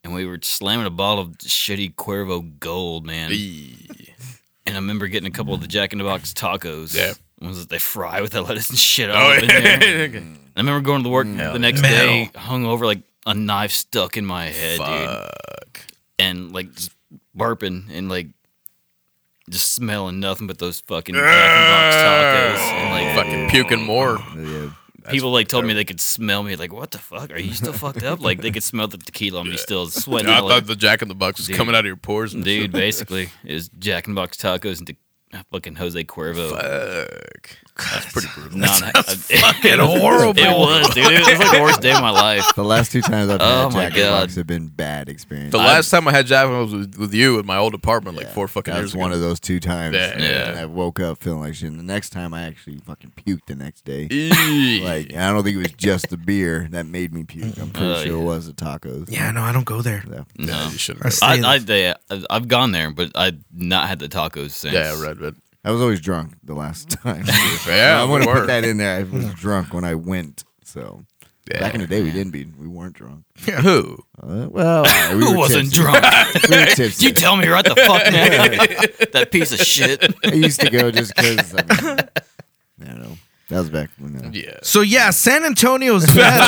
D: and we were slamming a bottle of shitty Cuervo Gold, man. And I remember getting a couple of the Jack in the Box tacos.
C: Yeah.
D: ones that they fry with the lettuce and shit. all
C: Oh,
D: up in there.
C: yeah.
D: I remember going to work the next
C: yeah.
D: day, hung over like a knife stuck in my head, dude, and like just burping and like just smelling nothing but those fucking Jack and Box tacos. And like
C: fucking puking more.
B: Yeah.
D: people like told me they could smell me. Like, what the fuck? Are you still fucked up? Like they could smell the tequila on me still sweating.
C: I
D: all
C: thought
D: over.
C: the Jack in the Box was
D: Dude.
C: coming out of your pores, and
D: dude,
C: shit.
D: basically, it was Jack and Box tacos and te- fucking Jose Cuervo.
C: Fuck. That's pretty brutal.
D: Nah, nah,
C: fucking horrible.
D: It was, dude. It was like the worst day of my life.
B: The last two times I've had
D: Oh my
B: Jack in the
D: God.
B: Box have been bad experiences.
C: The last time I had Jack was with, with you in my old apartment like four fucking
B: that
C: years
B: was
C: ago.
B: one of those two times.
C: Yeah.
B: and I woke up feeling like shit. And the next time I actually fucking puked the next day.
C: Eee.
B: Like I don't think it was just the beer that made me puke. I'm pretty
D: Oh,
B: sure
D: yeah.
B: it was the tacos.
A: Yeah, no, I don't go there.
B: So,
C: yeah,
D: No.
C: you shouldn't.
A: I
C: have.
A: stay
D: I,
A: there.
D: I, they, I've gone there, but I've not had the tacos since.
C: Yeah, right, but
B: I was always drunk the last time.
C: yeah,
B: I want to
C: word.
B: put that in there. I was drunk when I went. So
C: Yeah.
B: back in the day, we didn't be we weren't drunk.
C: Who?
B: Uh, well, we
D: Who
B: were
D: wasn't
B: tipsy.
D: drunk?
B: We were tipsy.
D: you tell me right the fuck now. that piece of shit.
B: I used to go just because. I, mean, I don't know. That was back when. Uh,
C: Yeah.
A: So yeah, San Antonio's metal.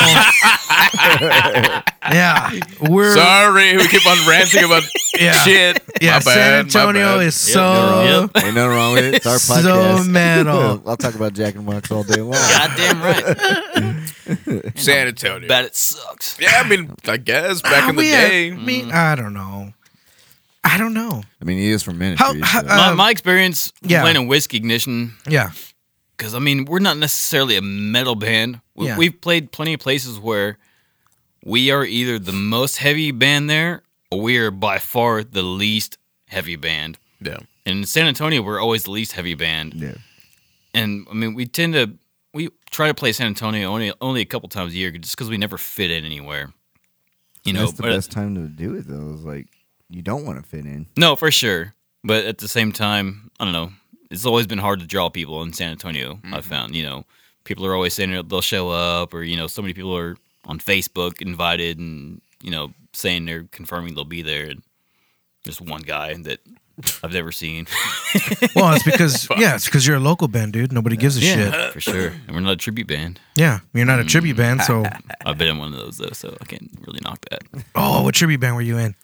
A: yeah, we're
C: Sorry, we keep on ranting about
A: Yeah.
C: shit.
A: yeah.
C: My
A: San
C: bad, my
A: Antonio
C: bad.
A: is
D: Yep,
A: so
D: you're right.
B: Ain't nothing wrong with it. It's our
A: So
B: podcast.
A: metal.
B: I'll talk about Jack and Box all day long.
D: Goddamn right.
C: San Antonio.
D: Bet it sucks.
C: Yeah, I mean, I guess back
A: Ah,
C: in the
A: we had-
C: day. Mm.
A: me- I don't know. I don't know.
B: I mean, he is from
A: How-
B: ministry.
A: how-
B: so-
A: uh,
D: my,
A: Um,
D: my experience
A: yeah.
D: playing in Whiskey Ignition,
A: Yeah,
D: because I mean, we're not necessarily a metal band. We,
A: Yeah.
D: We've played plenty of places where we are either the most heavy band there or we are by far the least heavy band.
C: Yeah.
D: In San Antonio, we're always the least heavy band.
B: yeah.
D: and I mean, we tend to we try to play San Antonio only only a couple times a year just because we never fit in anywhere. You know,
B: that's the
D: but-
B: best time to do it though. Is like you don't want to fit in.
D: no, for sure. But at the same time, I don't know. It's always been hard to draw people in San Antonio. I've found, you know, people are always saying they'll show up, or you know, so many people are on Facebook invited, and you know, saying they're confirming they'll be there. And there's one guy that I've never seen.
A: well, it's because yeah, it's because you're a local band, dude. Nobody gives a shit.
D: for sure. And we're not a tribute band.
A: Yeah, you're not a tribute band, so
C: Mm.
D: I've been in one of those though, so I can't really knock that.
A: oh, what tribute band were you in?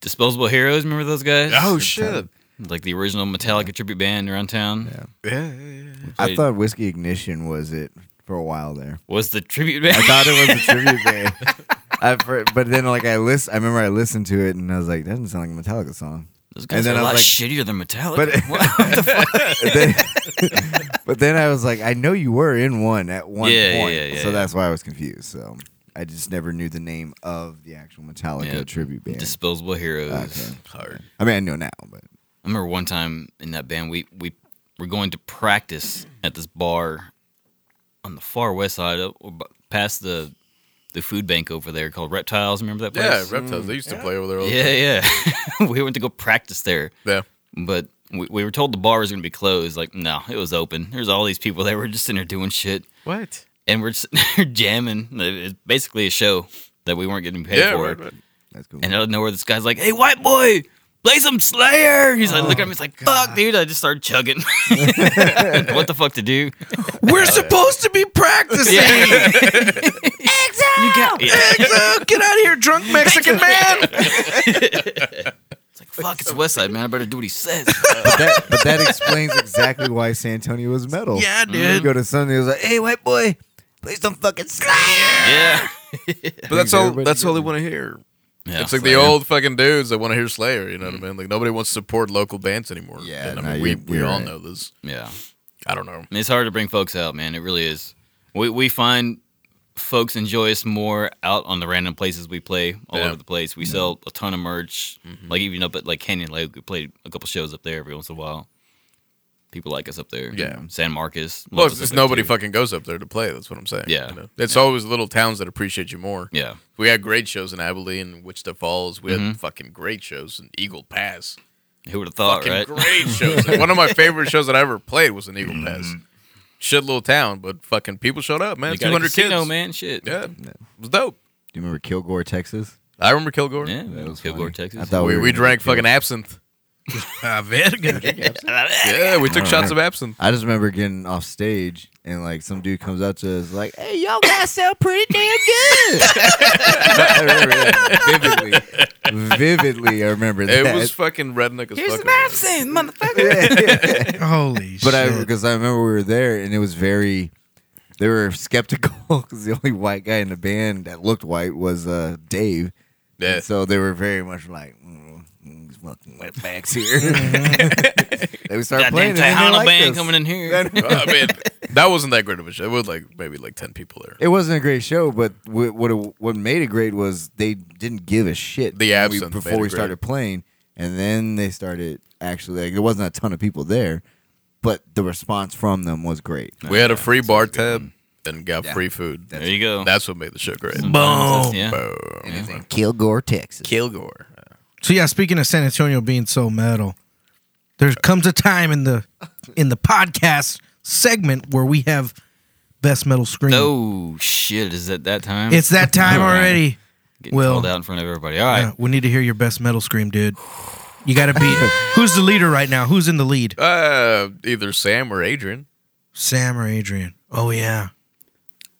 D: Disposable Heroes. Remember those guys?
C: Oh shit.
D: like the original Metallica tribute band around town.
C: Yeah, yeah, yeah.
B: I
D: Wait.
B: thought Whiskey Ignition was it for a while there.
D: Was the tribute band?
B: I thought it was a tribute band. I've heard, but then like I list, I remember I listened to it and I was like, that doesn't sound like a Metallica song.
D: Those guys
B: And then
D: are a
B: I
D: lot
B: was like-
D: shittier than Metallica.
B: But-
D: what the fuck?
B: But then, but then I was like, I know you were in one at one
D: Yeah, yeah,
B: point,
D: yeah, yeah,
B: so
D: yeah.
B: that's why I was confused. So I just never knew the name of the actual Metallica
D: Yeah.
B: tribute band.
D: Disposable Heroes.
B: Okay.
C: Hard.
B: I mean, I know now, but
D: I remember one time in that band, we we were going to practice at this bar on the far west side, of, or bu- past the the food bank over there called Reptiles. Remember that place?
C: Yeah, reptiles. They used to play over there. all the time.
D: yeah, yeah. we went to go practice there.
C: Yeah.
D: but we, we were told the bar was going to be closed. Like, no, it was open. There's all these people that were just in there doing shit,
C: What?
D: and we're sitting there jamming. It's basically a show that we weren't getting paid
C: Yeah,
D: for.
C: right, right.
B: that's cool.
D: And uh, out of nowhere, this guy's like, "Hey, white boy, play some Slayer." He's like, looking at me, he's like, "Fuck, dude!" I just started chugging. what the fuck to do?
C: Uh,
A: We're supposed to be practicing.
D: Yeah. You got yeah.
A: Exo, get out of here, drunk Mexican man.
D: It's like, fuck, it's West Side, man. I better do what he says.
B: but, that, but that explains exactly why San Antonio was metal.
A: Yeah,
B: You
A: dude.
B: go to Sunday, it was like, hey, white boy, please don't fucking slayer.
D: yeah.
C: But that's all.
B: everybody
C: That's all
B: did
C: they
B: it.
C: want to hear.
D: yeah.
C: it's like
D: Slayer.
C: the old fucking dudes that want to hear Slayer. You know what I mean? Like nobody wants to support local bands anymore.
B: Yeah,
C: And,
B: no,
C: I mean, we
B: you're-
C: we
B: you're
C: all
B: right.
C: know this.
D: Yeah.
C: I don't know.
D: And It's hard to bring folks out, man. It really is. We we find folks enjoy us more out on the random places we play
C: Yeah.
D: all
C: Mm-hmm.
D: over the place. We sell a ton of merch. Like even up at like Canyon Lake, we played a couple shows up there every once in a while. People like us up there.
C: Yeah.
D: San Marcos.
C: Well,
D: loves
C: it's
D: us
C: just
D: up there,
C: nobody
D: too.
C: fucking goes up there to play. That's what I'm saying.
D: Yeah.
C: you know? it's always little towns that appreciate you more.
D: Yeah.
C: We had great shows in Abilene, Wichita Falls. We had fucking great shows in Eagle Pass.
D: Who would have thought,
C: Fucking
D: right? Mm-hmm.
C: great shows. One of my favorite shows that I ever played was in Eagle Pass. Shit little town, but fucking people showed up, man.
D: You got
C: Two
D: a
C: hundred kids.
D: casino, man. Shit.
C: Yeah, it was dope.
B: Do you remember Kilgore, Texas?
C: I remember Kilgore.
D: Yeah.
B: That was
D: Kilgore,
B: funny.
D: Texas.
B: I thought
C: Oh, we,
B: were
C: we
B: gonna
C: drank
B: get killed.
C: fucking absinthe.
A: Ah, very good.
C: Yeah, we took shots of absinthe.
B: I just remember getting off stage and like some dude comes up to us like, "Hey, y'all guys sound pretty damn good." I remember that vividly. Vividly, I remember
C: It
B: that.
C: was fucking redneck as fuck.
A: Holy
B: but I
A: shit.
B: because I remember we were there and it was very. They were skeptical because the only white guy in the band that looked white was uh, Dave.
C: Yeah.
B: And so they were very much like, mm, mm, fucking wetbacks here. they would start
D: Goddamn
B: playing. and they
D: Tejano
B: like
D: band
B: this.
D: coming in here.
C: I mean, that wasn't that great of a show. It was like maybe like ten people there.
B: It wasn't a great show, but wh- what it- what made it great was they didn't give a shit
C: The
B: when we-
C: absinthe made
B: before
C: it
B: we
C: great.
B: started playing, and then they started actually like there wasn't a ton of people there, but the response from them was great.
C: we had a free bar tab and got free food.
D: There you go.
C: That's what made the show great. Oh.
A: Boom.
D: yeah.
C: Boom.
B: Kilgore, Texas.
C: Kilgore.
A: So yeah, speaking of San Antonio being so metal, there comes a time in the in the podcast segment where we have best metal screen.
D: Oh shit! Is it that time?
A: It's that time
D: All right.
A: already.
D: Getting
A: Will.
D: called out in front of everybody. All right.
A: Yeah, we need to hear your best metal scream, dude. You got to beat. Who's the leader right now? Who's in the lead?
C: Uh, either Sam or Adrian.
A: Sam or Adrian? Oh yeah,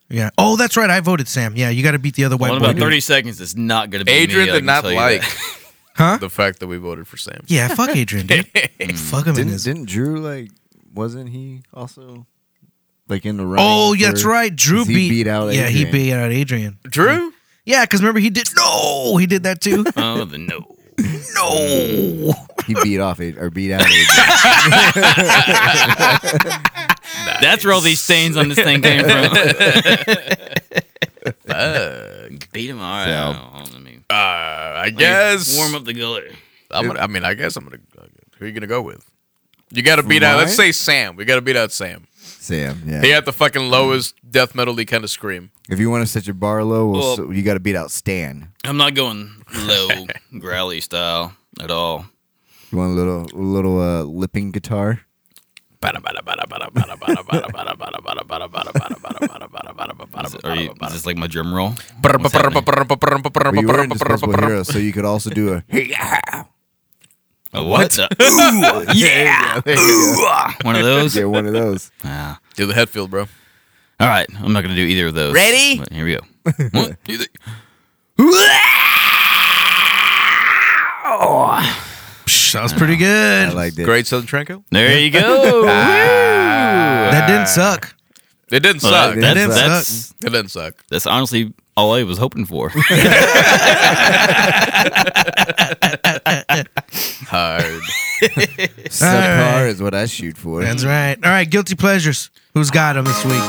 A: yeah. Oh, that's right. I voted Sam. Yeah, you got to beat the other white
D: Well, in
A: boy.
D: about
A: dude.
D: thirty seconds, it's not going to be
C: Adrian
D: me,
C: did
D: I can
C: not
D: tell you
C: like
D: that.
A: Huh?
C: the fact that we voted for Sam.
A: Yeah, fuck Adrian, dude. fuck him in
B: Didn't
A: his.
B: didn't Drew like wasn't he also like in the running?
A: Oh,
B: for-
A: yeah, that's right. Drew
B: 'cause he
A: beat,
B: beat out
A: Yeah, he
B: Adrian.
A: beat out Adrian.
C: Drew?
A: Yeah, because remember he did. No, he did that too.
D: Oh the no.
A: no.
B: He beat off it or beat out. Adrian.
D: That's where all these stains on this thing came from. Beat him. All right.
B: So-
D: Hold on, let me-
C: Uh, I
D: let me
C: guess.
D: Warm up the gutter.
C: I'm gonna, I mean, I guess I'm gonna. Who are you gonna go with? You gotta beat out. Let's
B: Mine?
C: say Sam. We gotta beat out Sam.
B: Sam, yeah.
C: He had the fucking lowest death metal kind of scream.
B: If you want to set your bar low, we'll
D: Well-
B: s- you got to beat out Stan.
D: I'm not going low growly style at all.
B: You want a little little uh, lipping guitar?
D: Is, it- are you, is this like my drum roll? What's happening?
B: But you were in Disposable
C: What?
B: Heroes, so you could also do a
D: Oh, what? the-
B: yeah, there you go.
D: One of those?
B: yeah, one of those.
D: Ah.
C: Do the Hetfield, bro.
D: all right. I'm not going to do either of those.
E: Ready?
D: But here we go. One, two, three.
A: Psh, that was pretty good.
B: I liked it.
C: Great Southern Tranquil.
D: There you go.
A: that didn't suck.
C: It didn't
D: Well,
C: suck.
D: that-
C: It
A: didn't
D: that's, that's,
A: suck.
C: didn't suck.
D: that's honestly all I was hoping for.
C: Hard.
B: Subpar is what I shoot for.
A: That's right. All right, guilty pleasures. Who's got them this week?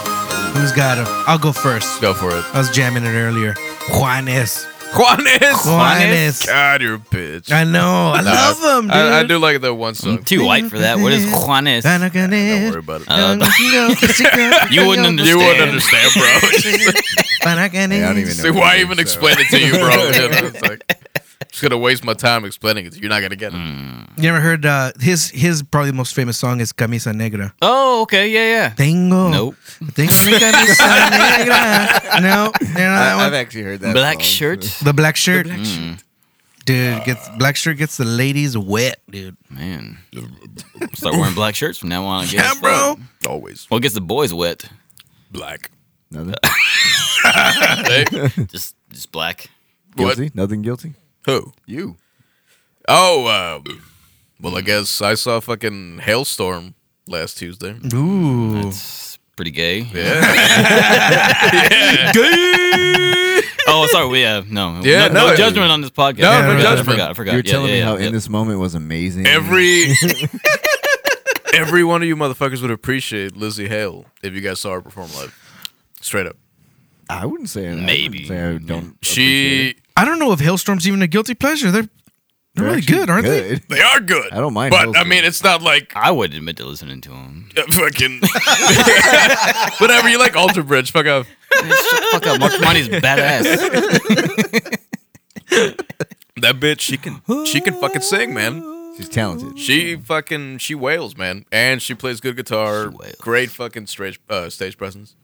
A: Who's got them? I'll go first.
C: Go for it.
A: I was jamming it earlier. Juanes.
C: Juanes.
A: Juanes.
C: God, you're a bitch.
A: I know. I love them, dude.
C: I, I do like that one song.
D: I'm too white for that. What is Juanes?
C: Don't worry about it.
D: You wouldn't understand.
C: you wouldn't understand, bro.
B: Hey, I don't even know.
C: See, why
B: what it
C: even
B: is,
C: explain it to you, bro? You know, it's like, I'm just gonna waste my time explaining it. You're not gonna get it.
B: Mm.
A: You ever heard uh, his his probably most famous song is Camisa Negra.
D: Oh, okay. Yeah, yeah.
A: Tengo.
D: Nope.
A: Tengo mi camisa negra. No, you know
B: I,
A: that
B: have
A: one.
B: actually heard that.
D: Black
B: song.
D: shirt.
A: The black shirt. Mm. Dude gets black shirt gets the ladies wet, dude.
D: Man. Start wearing black shirts from now on, I guess.
A: Yeah, bro.
C: Always
D: Well, it gets the boys wet.
C: black.
B: Nothing
C: Hey,
D: Just just black.
C: what?
B: guilty. Nothing guilty.
C: Who?
B: You.
C: Oh, um, well, I guess I saw fucking hailstorm last Tuesday.
A: Ooh.
D: It's pretty gay.
C: Yeah,
D: Oh, sorry. Yeah, no.
C: Yeah,
D: no,
C: no,
D: no
C: it-
D: judgment on this podcast.
C: No,
D: I
C: no
D: forgot,
C: judgment.
D: I forgot. I forgot.
B: You were
D: yeah,
B: telling
D: yeah,
B: me
D: yeah,
B: how
D: yeah.
B: in this moment was amazing.
C: every every one of you motherfuckers would appreciate Lizzie Hale if you guys saw her perform live. Straight up,
B: I wouldn't say I- I wouldn't
D: Maybe.
B: say I don't. appreciate
C: she
B: it.
A: I don't know if Hailstorm's even a guilty pleasure. They're they're really
B: actually
A: good, aren't they?
B: good.
C: they are good.
B: I don't mind
C: but I
B: Hailstorm.
C: mean, it's not like
D: I would admit to listening to him.
C: uh, fucking whatever you like. Alter Bridge, fuck off.
D: Fuck up. Mark Money's badass.
C: That bitch, she can she can fucking sing, man.
B: She's talented.
C: She fucking she wails, man, and she plays good guitar.
D: She wails.
C: Great fucking stage uh, stage presence.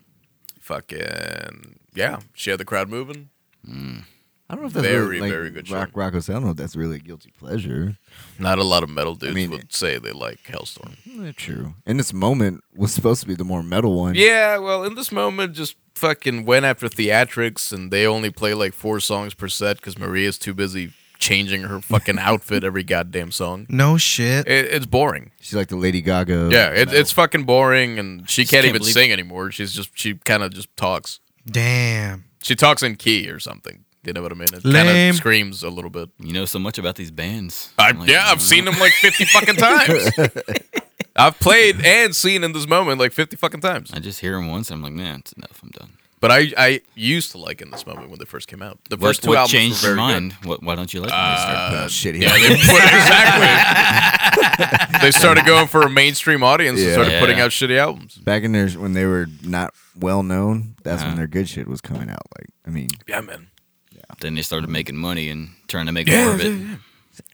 C: Fucking yeah, she had the crowd moving.
B: I don't know if that's
C: Very,
B: really, like,
C: very good
B: Rock,
C: show.
B: Rocco said, I don't know if that's really a guilty pleasure.
C: Not a lot of metal dudes
B: mean-
C: would say they like Hellstorm.
B: Eh, True. And this moment was supposed to be the more metal one.
C: Yeah, well, in this moment, just fucking went after theatrics, and they only play like four songs per set because Maria's too busy changing her fucking outfit every goddamn song.
A: No shit.
C: It, it's boring.
B: She's like the Lady Gaga.
C: Yeah, it, it's fucking boring, and she can't,
D: can't
C: even
D: believe
C: sing anymore. She's just she kind of just talks.
A: Damn.
C: She talks in key or something. You know what I mean? It
A: Lame.
C: of screams a little bit.
D: You know so much about these bands.
C: I,
D: I'm like, um,
C: yeah, I've
D: no.
C: seen them like 50 fucking times. I've played and seen in this moment like 50 fucking times.
D: I just hear them once. I'm like, man, it's enough. I'm done.
C: But I, I used to like in this moment when they first came out. The
D: What,
C: first two
D: what
C: albums
D: changed
C: were
D: your
C: very good. Uh,
D: mind? What, why don't you like them?
B: Oh, shit.
C: Yeah, they, exactly. they started going for a mainstream audience and
B: Yeah.
C: started putting
D: Yeah.
C: out shitty albums.
B: Back in there when they were not well known, that's
C: Uh-huh.
B: when their good shit was coming out. Like, I mean,
C: Yeah, man.
D: Then they
C: mm.
D: started making money and trying to make more of it.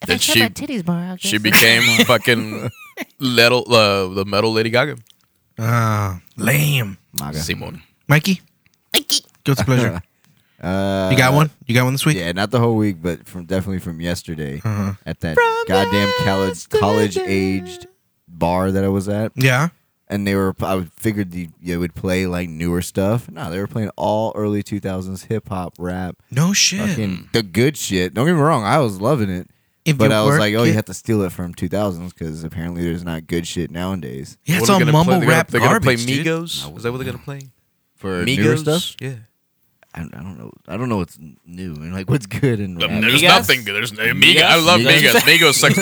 C: Then she, she became fucking little, uh, the metal Lady Gaga.
A: Ah, lame.
B: MAGA.
C: Simone.
A: Mikey, guilty pleasure.
B: Uh,
A: You got one? You got one this week? Uh-huh.
B: Yeah, not the whole week, but from definitely from yesterday at that goddamn college college aged bar that I was at,
A: Yeah.
B: and they were. I would- figured the they would play like newer stuff. No, they were playing all early two thousands hip hop, rap,
A: No shit.
B: fucking the good shit. Don't get me wrong, I was loving it.
A: If
B: But
A: you
B: I was
A: work
B: like, oh,
A: it-
B: you have to steal it from 2000s because apparently there's not good shit nowadays.
A: yeah, it's
C: What are
A: all
C: they gonna
A: mumble
C: play? They're
A: rap
C: gonna, They're
A: garbage,
C: gonna play
A: dude.
C: Migos. Is that what they're gonna play?
B: For
C: Migos
B: newer stuff,
C: Yeah.
B: I, I don't know. I don't know what's new and like what's good and rap.
C: There's
D: Migos?
C: nothing. good. There's Migos. I love
D: Migos.
C: Migos. Migos sucks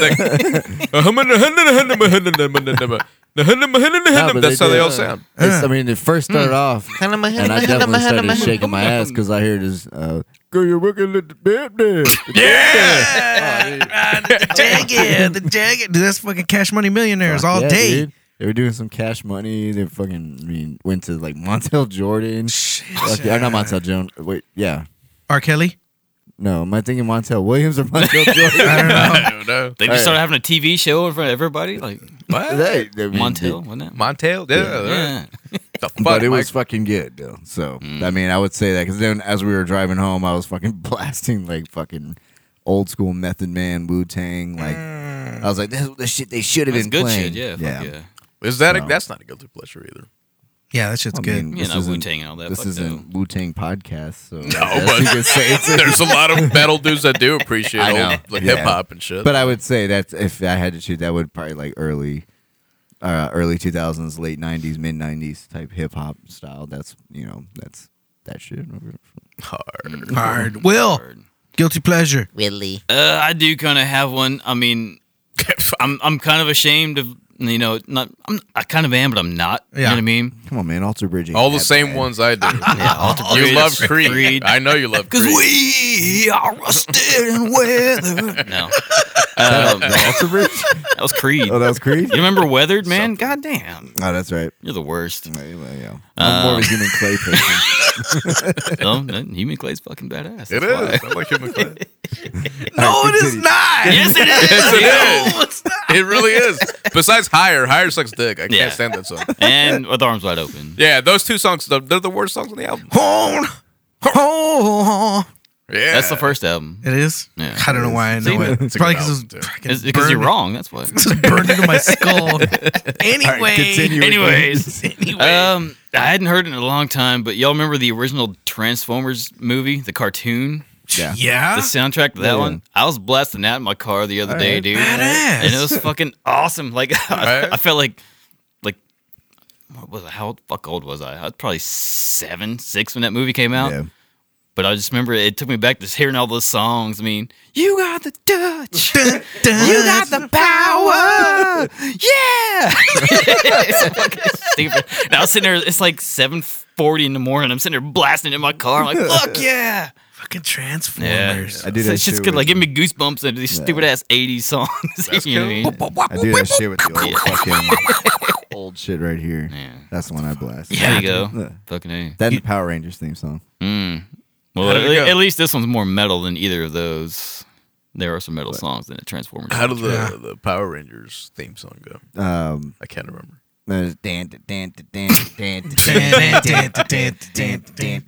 C: dick.
B: No, but
C: That's how they all
B: did.
C: sound.
B: It's- I mean, it first started off, and I definitely started shaking my ass because I heard this. Uh, Girl, you're working at the bed
C: Yeah.
A: the jagged, the jagged. Dude, that's fucking Cash Money Millionaires all day.
B: They were doing some cash money. They fucking I mean, went to like Montel Jordan.
A: Shit.
B: Fuck yeah, or not Montel Jones. Wait, yeah.
A: R. Kelly.
B: No, am I thinking Montel Williams or Montel
A: I
B: Jordan?
A: don't know.
C: I don't know.
D: They just started having a TV show in front of everybody, like
C: What?
B: Hey, I mean,
D: Montel, wasn't it?
C: Mm-hmm. Montel? Yeah. yeah.
D: Yeah.
C: The fuck,
B: but it was
C: Mike?
B: fucking good though. So
D: Mm.
B: I mean, I would say that because then as we were driving home, I was fucking blasting like fucking old school Method Man, Wu Tang. Like
A: Mm.
B: I was like, this is the shit they should have
D: That's
B: been
D: good shit.
B: playing.
D: Yeah. Fuck yeah.
B: yeah.
C: Is that? A, that's not a guilty pleasure either.
A: Yeah, that shit's
B: I
A: good.
B: mean,
D: You
B: this
D: know,
B: isn't-
D: Wu-Tang and all that.
B: This
D: Fuck
B: isn't Wu Tang podcast, so no,
C: but-
B: you could say it's
C: There's a lot of metal dudes that do appreciate
B: I know.
C: old like
B: Yeah.
C: hip hop and shit.
B: But I would say that if I had to choose, that would probably like early, uh, early two thousands, late nineties, mid nineties type hip hop style. That's you know that's that shit.
C: hard.
A: Hard. Will. Guilty pleasure.
E: Really?
D: Oh. Uh, I do kind of have one. I mean, I'm I'm kind of ashamed of you know not I'm, I kind of am, but I'm not. You know
A: Yeah.
D: what I mean?
B: Come on, man, alter bridging.
C: All the
B: that
C: same
B: bad.
C: ones I do.
D: Creed.
C: you love Creed.
D: Creed.
C: I know you love Creed.
D: we are rusted in weather. No, Um, that
B: Alter bridge.
D: was Creed.
B: Oh, that was Creed.
D: You remember Weathered, man? God damn.
B: Oh, that's right.
D: You're the worst.
B: Wait, wait, yeah. I'm more of a human clay person.
D: no, no, human clay's fucking badass.
C: It
D: That's why.
C: is. I like Human Clay.
A: No, it is not.
D: Yes, it is.
C: Yes, it
D: yo.
C: is. It really is. Besides Higher, Higher sucks dick. I can't
D: Yeah.
C: stand that song.
D: And with arms wide open.
C: Yeah, those two songs, they're they're the worst songs on the album.
A: Horn. Horn.
C: Yeah.
D: That's the first album.
A: It is.
D: Yeah.
A: I don't know why I know
C: See,
A: it.
C: it's a
A: Probably
C: good
A: because
C: album, too.
D: It's because you're wrong. That's why.
A: burned into my skull. anyway,
B: continue.
D: Anyways, um, I hadn't heard it in a long time, but y'all remember the original Transformers movie, the cartoon,
B: Yeah.
A: yeah,
D: the soundtrack to that
B: Yeah.
D: one? I was blasting that in my car the other day, dude,
A: Badass.
D: and it was fucking awesome. Like I,
C: Right?
D: I felt like, like, what was I? How old, fuck old was I? I was probably seven, six when that movie came out.
B: Yeah.
D: But I just remember it took me back just hearing all those songs. I mean, you got the Dutch.
A: Dun, dun.
D: You got the power. Yeah. It's fucking stupid. And I was sitting there, it's like 7.40 in the morning. I'm sitting there blasting it in my car. I'm like, fuck yeah.
A: fucking Transformers.
B: I do
D: so
B: that
D: it's just
B: shit
D: good.
B: with-
D: Like, give me goosebumps into these stupid ass 80s songs. you know what I mean?
B: I do that shit with the old
D: Yeah.
B: fucking old shit right here.
D: Yeah.
B: That's the one I blast.
D: There you go.
B: Yeah.
D: Fucking A. Hmm.
B: That and the Power Rangers theme song.
D: Well,
C: How did
D: at,
C: it go?
D: at least this one's more metal than either of those. There are some metal songs than the Transformers.
C: How did the,
A: Yeah.
C: the Power Rangers theme song go?
B: Um,
C: I can't remember.
B: uh, dan- dan- dan- dan- dan-
A: Dun, dun,
B: dan-
A: dun, dun, dun, dun,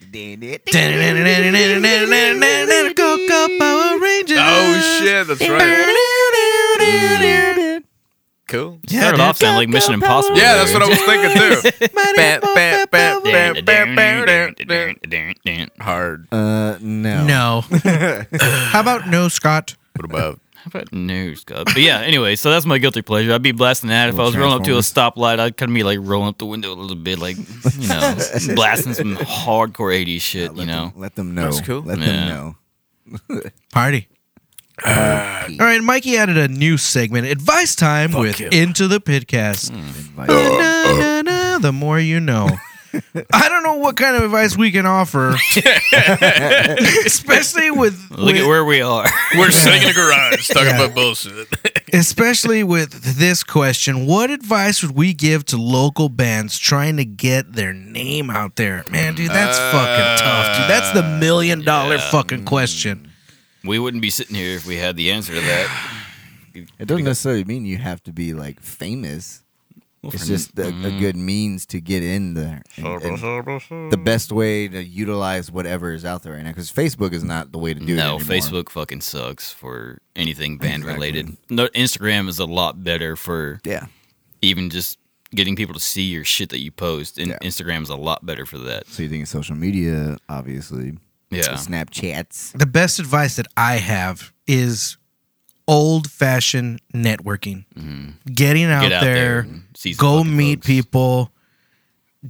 B: dan- dan- dan-
A: dun. Go, go, Power Rangers.
C: Oh, shit. That's right.
D: Mm.
C: Cool.
A: Yeah,
D: Started
A: dude.
D: off sounding like Mission Impossible.
C: Yeah, that's what I was thinking too. Bam, bam, bam, bam, bam, bam, bam.
D: was.
C: Hard.
B: Uh, no.
A: No. How about no, Scott?
C: What about?
D: How about no, Scott? But yeah, anyway, so that's my guilty pleasure. I'd be blasting that. If I was rolling up to a stoplight, I'd kind of be like rolling up the window a little bit, like, you know, blasting some hardcore 80s shit, you know.
B: Let them know.
C: That's cool.
B: Let
D: Yeah.
B: them know.
A: Party. All right, Mikey added a new segment, advice time with
C: him.
A: Into the Pitcast.
B: Like,
A: Na, na, na, the more you know. I don't know what kind of advice we can offer, especially with,
D: Look
A: with-
D: at where we are.
C: We're sitting in a garage talking
A: Yeah.
C: about bullshit.
A: especially with this question. What advice would we give to local bands trying to get their name out there? Man, dude, that's
D: Uh,
A: fucking tough, dude. That's the million dollar fucking
D: Mm.
A: question.
D: we wouldn't be sitting here if we had the answer to that.
B: it doesn't necessarily mean you have to be like famous. It's just a,
D: Mm-hmm.
B: a good means to get in there. and- and the best way to utilize whatever is out there right now, because Facebook is not the way to do it.
D: no,
B: anymore.
D: Facebook fucking sucks for anything band related. No, Instagram is a lot better for
B: Yeah.
D: even just getting people to see your shit that you post. And
B: Yeah.
D: Instagram is a lot better for that.
B: So you think it's social media, obviously.
D: Yeah.
B: Snapchats.
A: The best advice that I have is old fashioned networking, getting out,
D: Mm-hmm. Get out there,
A: there,
D: and see some
A: go
D: fucking
A: meet
D: folks.
A: people,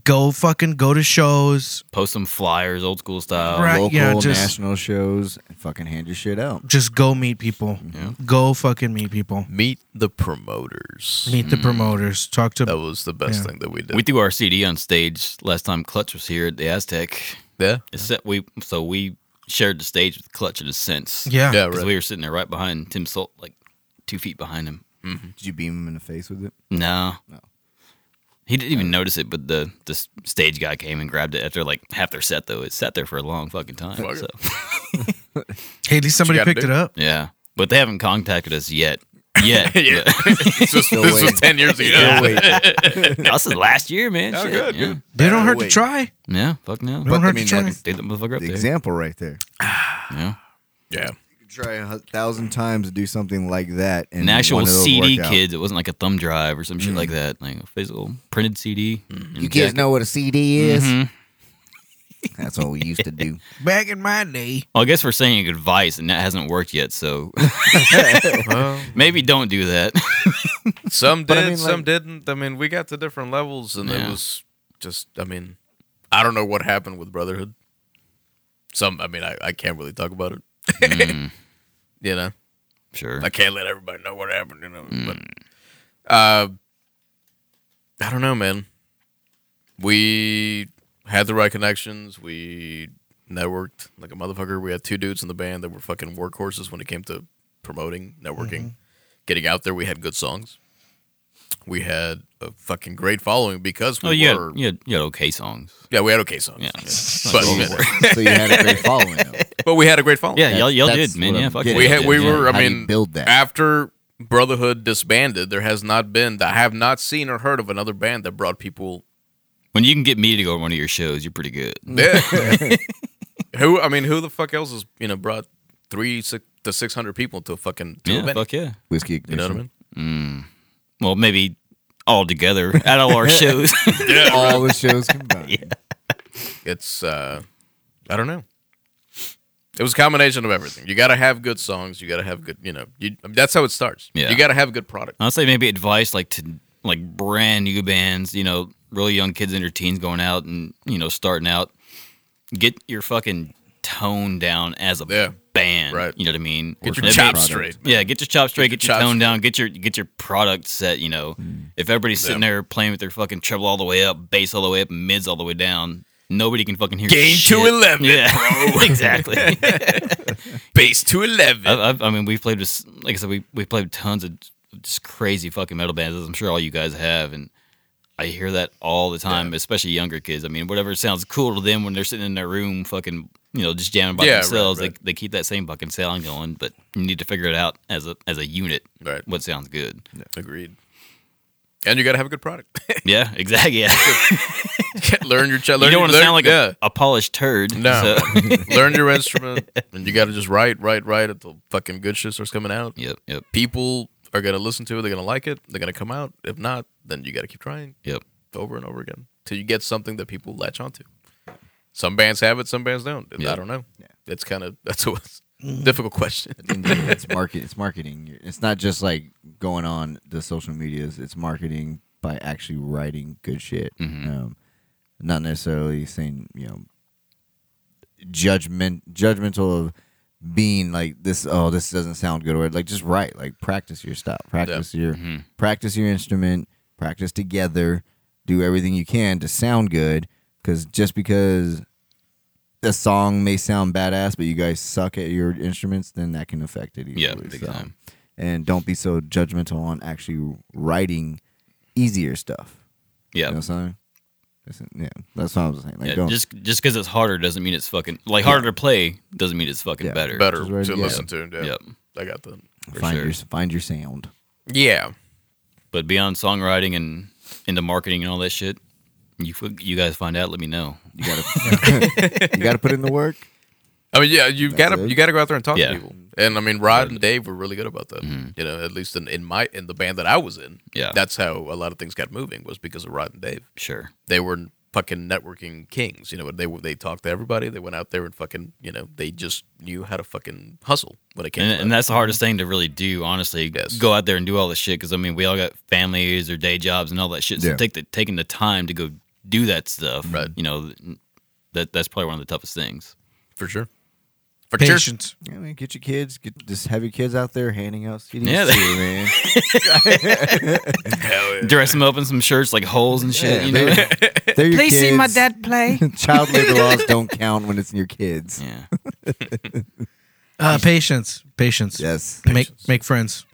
A: go fucking go to shows.
D: Post some flyers, old school style.
A: Right.
B: local,
A: yeah, just-
B: national shows, and fucking hand your shit out.
A: Just go meet people. Go fucking meet people.
C: Meet the promoters.
A: Meet the promoters. Talk to
C: That was the best
A: Yeah.
C: thing that we did.
D: We threw our CD on stage last time Clutch was here at the Aztec.
C: yeah.
D: Except we, so we shared the stage with Clutch in a sense.
A: yeah.
C: Yeah,
D: because
C: right.
D: we were sitting there right behind Tim Salt, like two feet behind him.
A: Mm-hmm.
B: Did you beam him in the face with it?
D: No,
B: No.
D: he didn't even notice it. But the the s- stage guy came and grabbed it after like half their set. Though it sat there for a long fucking time.
C: Fuck it.
D: so
A: Hey, at least somebody
C: gotta
A: picked
C: do.
A: it up.
D: yeah, but they haven't contacted us yet. Yet,
C: Yeah. It's just-
B: Still
C: this was
B: waiting.
C: 10 years ago.
D: But- no, this is last year, man.
C: Oh,
D: Shit.
C: good,
D: yeah.
C: good.
A: They don't hurt to
B: wait.
A: try.
D: yeah, fuck
A: They
D: no.
A: don't
B: But, I
A: hurt
B: mean,
A: to try.
B: that's-
D: Did the motherfucker up
B: The
D: there?
B: example right there.
D: Yeah.
C: Yeah.
B: You could try a hu- thousand times to do something like that. And
D: An actual
B: one of those
D: CD,
B: work out. Mm.
D: kids. It wasn't like a thumb drive or some shit like that. Like a physical printed Mm-hmm. CD.
B: You kids know what a CD is?
C: Mm-hmm.
B: That's what we used to do.
A: Back in my day.
D: Well, I guess we're saying advice, and that hasn't worked yet. So maybe don't do that.
C: Some did,
B: But I mean,
C: some
B: like-
C: didn't. I mean, we got to different levels, and
D: Yeah.
C: it was just. I mean, I don't know what happened with Brotherhood. Some, I mean, I, I can't really talk about it. you know,
D: Mm, sure.
C: I can't let everybody know what happened. You know,
D: Hmm.
C: but uh, I don't know, man. We had the right connections. We networked like a motherfucker. We had two dudes in the band that were fucking workhorses when it came to promoting, networking,
D: Mm-hmm.
C: getting out there. We had good songs. We had a fucking great following because we
D: oh, you had,
C: were
D: you, had, you had okay songs.
C: yeah we had okay songs.
D: Yeah.
C: But,
B: so you had a great following. Though.
C: but we had a great following.
D: Yeah, y'all, y'all
B: that's
D: did, man.
B: what
D: Yeah,
B: I'm
D: fuck
B: getting
D: yeah,
C: we
D: y'all
C: had
D: did,
C: we
D: yeah.
C: were.
B: How
C: I
B: do you
C: mean,
B: build that?
C: after Brotherhood disbanded. There has not been. I have not seen or heard of another band that brought people.
D: When you can get me to go to one of your shows, you're pretty good.
C: Yeah. who? I mean, who the fuck else has you know brought three six, to six hundred people to a fucking to a
D: Yeah,
C: venue?
D: fuck yeah.
B: Whiskey
C: You
B: ignition.
C: know what I mean?
D: Well, maybe all together at all our shows.
B: All the shows
C: Uh,
B: combined.
C: It's uh, I don't know. It was a combination of everything. You got to have good songs. You got to have good, you know. You, I mean, that's how it starts.
D: Yeah.
C: You got to have good product.
D: I'll say maybe advice like to like brand new bands, you know, really young kids in their teens going out and you know starting out. Get your fucking tone down as a
C: Yeah.
D: band,
C: Right.
D: You know what I mean?
C: Get your
D: That
C: chops
D: means-
C: straight, man.
D: Yeah, get your chops straight. Get,
C: your
D: your,
C: chops
D: tone down. Get your get your product set. You know,
C: Mm.
D: if everybody's sitting there playing with their fucking treble all the way up, bass all the way up, mids all the way down, nobody can fucking hear.
C: Gain to
D: shit.
C: 11,
D: yeah,
C: bro.
D: exactly.
C: Bass to eleven.
D: I, I've, I mean, we've played just like I said, we we played tons of just crazy fucking metal bands, as I'm sure all you guys have, and I hear that all the time, especially younger kids. I mean, whatever sounds cool to them when they're sitting in their room, fucking you know, just jamming by
C: Yeah, right,
D: themselves,
C: right.
D: they they keep that same fucking sound going. But you need to figure it out as a as a unit,
C: Right.
D: what sounds good. Yeah,
C: Agreed. And you got to have a good product.
D: exactly. Yeah,
C: learn your ch- learn
D: you don't
C: your-
D: want to
C: learn-
D: sound like
C: yeah.
D: a, a polished turd.
C: No.
D: so-
C: learn your instrument, and you got to just write, write, write until fucking good shit starts coming out.
D: yep, yep,
C: People are gonna listen to it. They're gonna like it. They're gonna come out. If not, then you got to keep trying
D: yep.
C: over and over again till you get something that people latch onto. Some bands have it. Some bands don't.
D: Yeah. Mm.
C: I don't know. It's kind of that's a difficult question.
B: In the end, it's market. It's marketing. It's not just like going on the social medias. It's marketing by actually writing good shit. Um, not necessarily saying you know judgment judgmental of being like this oh this doesn't sound good or like just write like practice your stuff practice your practice your instrument practice together do everything you can to sound good because just because a song may sound badass but you guys suck at your instruments then that can affect it easily,
D: Yeah, big
B: so.
D: time.
B: and don't be so judgmental on actually writing easier stuff
D: Yeah.
B: you know what I'm saying That's- yeah that's what I was saying like
D: Yeah,
B: don't
D: just just because it's harder doesn't mean it's fucking like harder to play doesn't mean it's fucking
B: Yeah.
D: better.
C: better
B: Just right-
C: to
B: yeah.
C: listen to. Yeah.
D: Yep.
C: I got that.
D: for
B: find
D: sure.
B: your find your sound
C: Yeah.
D: But beyond songwriting and into marketing and all that shit, you fi- you guys find out. Let me know.
B: You gotta, you gotta put in the work.
C: I mean, yeah, you've
B: That's
C: got to
B: it.
C: you got to go out there and talk
D: Yeah. Mm-hmm.
C: to people. And I mean, Rod and Dave were really good about that. You know, at least in, in my in the band that I was in.
D: Yeah.
C: that's how a lot of things got moving was because of Rod and Dave.
D: Sure.
C: They were fucking networking kings. You know, they they talked to everybody. They went out there and fucking you know they just knew how to fucking hustle when it came.
D: And,
C: to
D: and
C: that.
D: that's the hardest thing to really do, honestly.
C: Yes.
D: Go out there and do all this shit because I mean we all got families or day jobs and all that shit. So
B: Yeah.
D: take the taking the time to go do that stuff.
C: Right.
D: You know, th- that that's probably one of the toughest things.
C: for sure. For sure.
A: Patience.
B: I mean, get your kids, get just have your kids out there handing out CDs
D: Yeah, they-
B: yeah, man.
D: Dress them up in some shirts like holes and shit. you know.
B: They, they're your kids.
E: play.
B: Child labor laws don't count when it's in your kids.
D: yeah.
A: Uh, patience. Patience.
B: Yes.
A: Make make friends.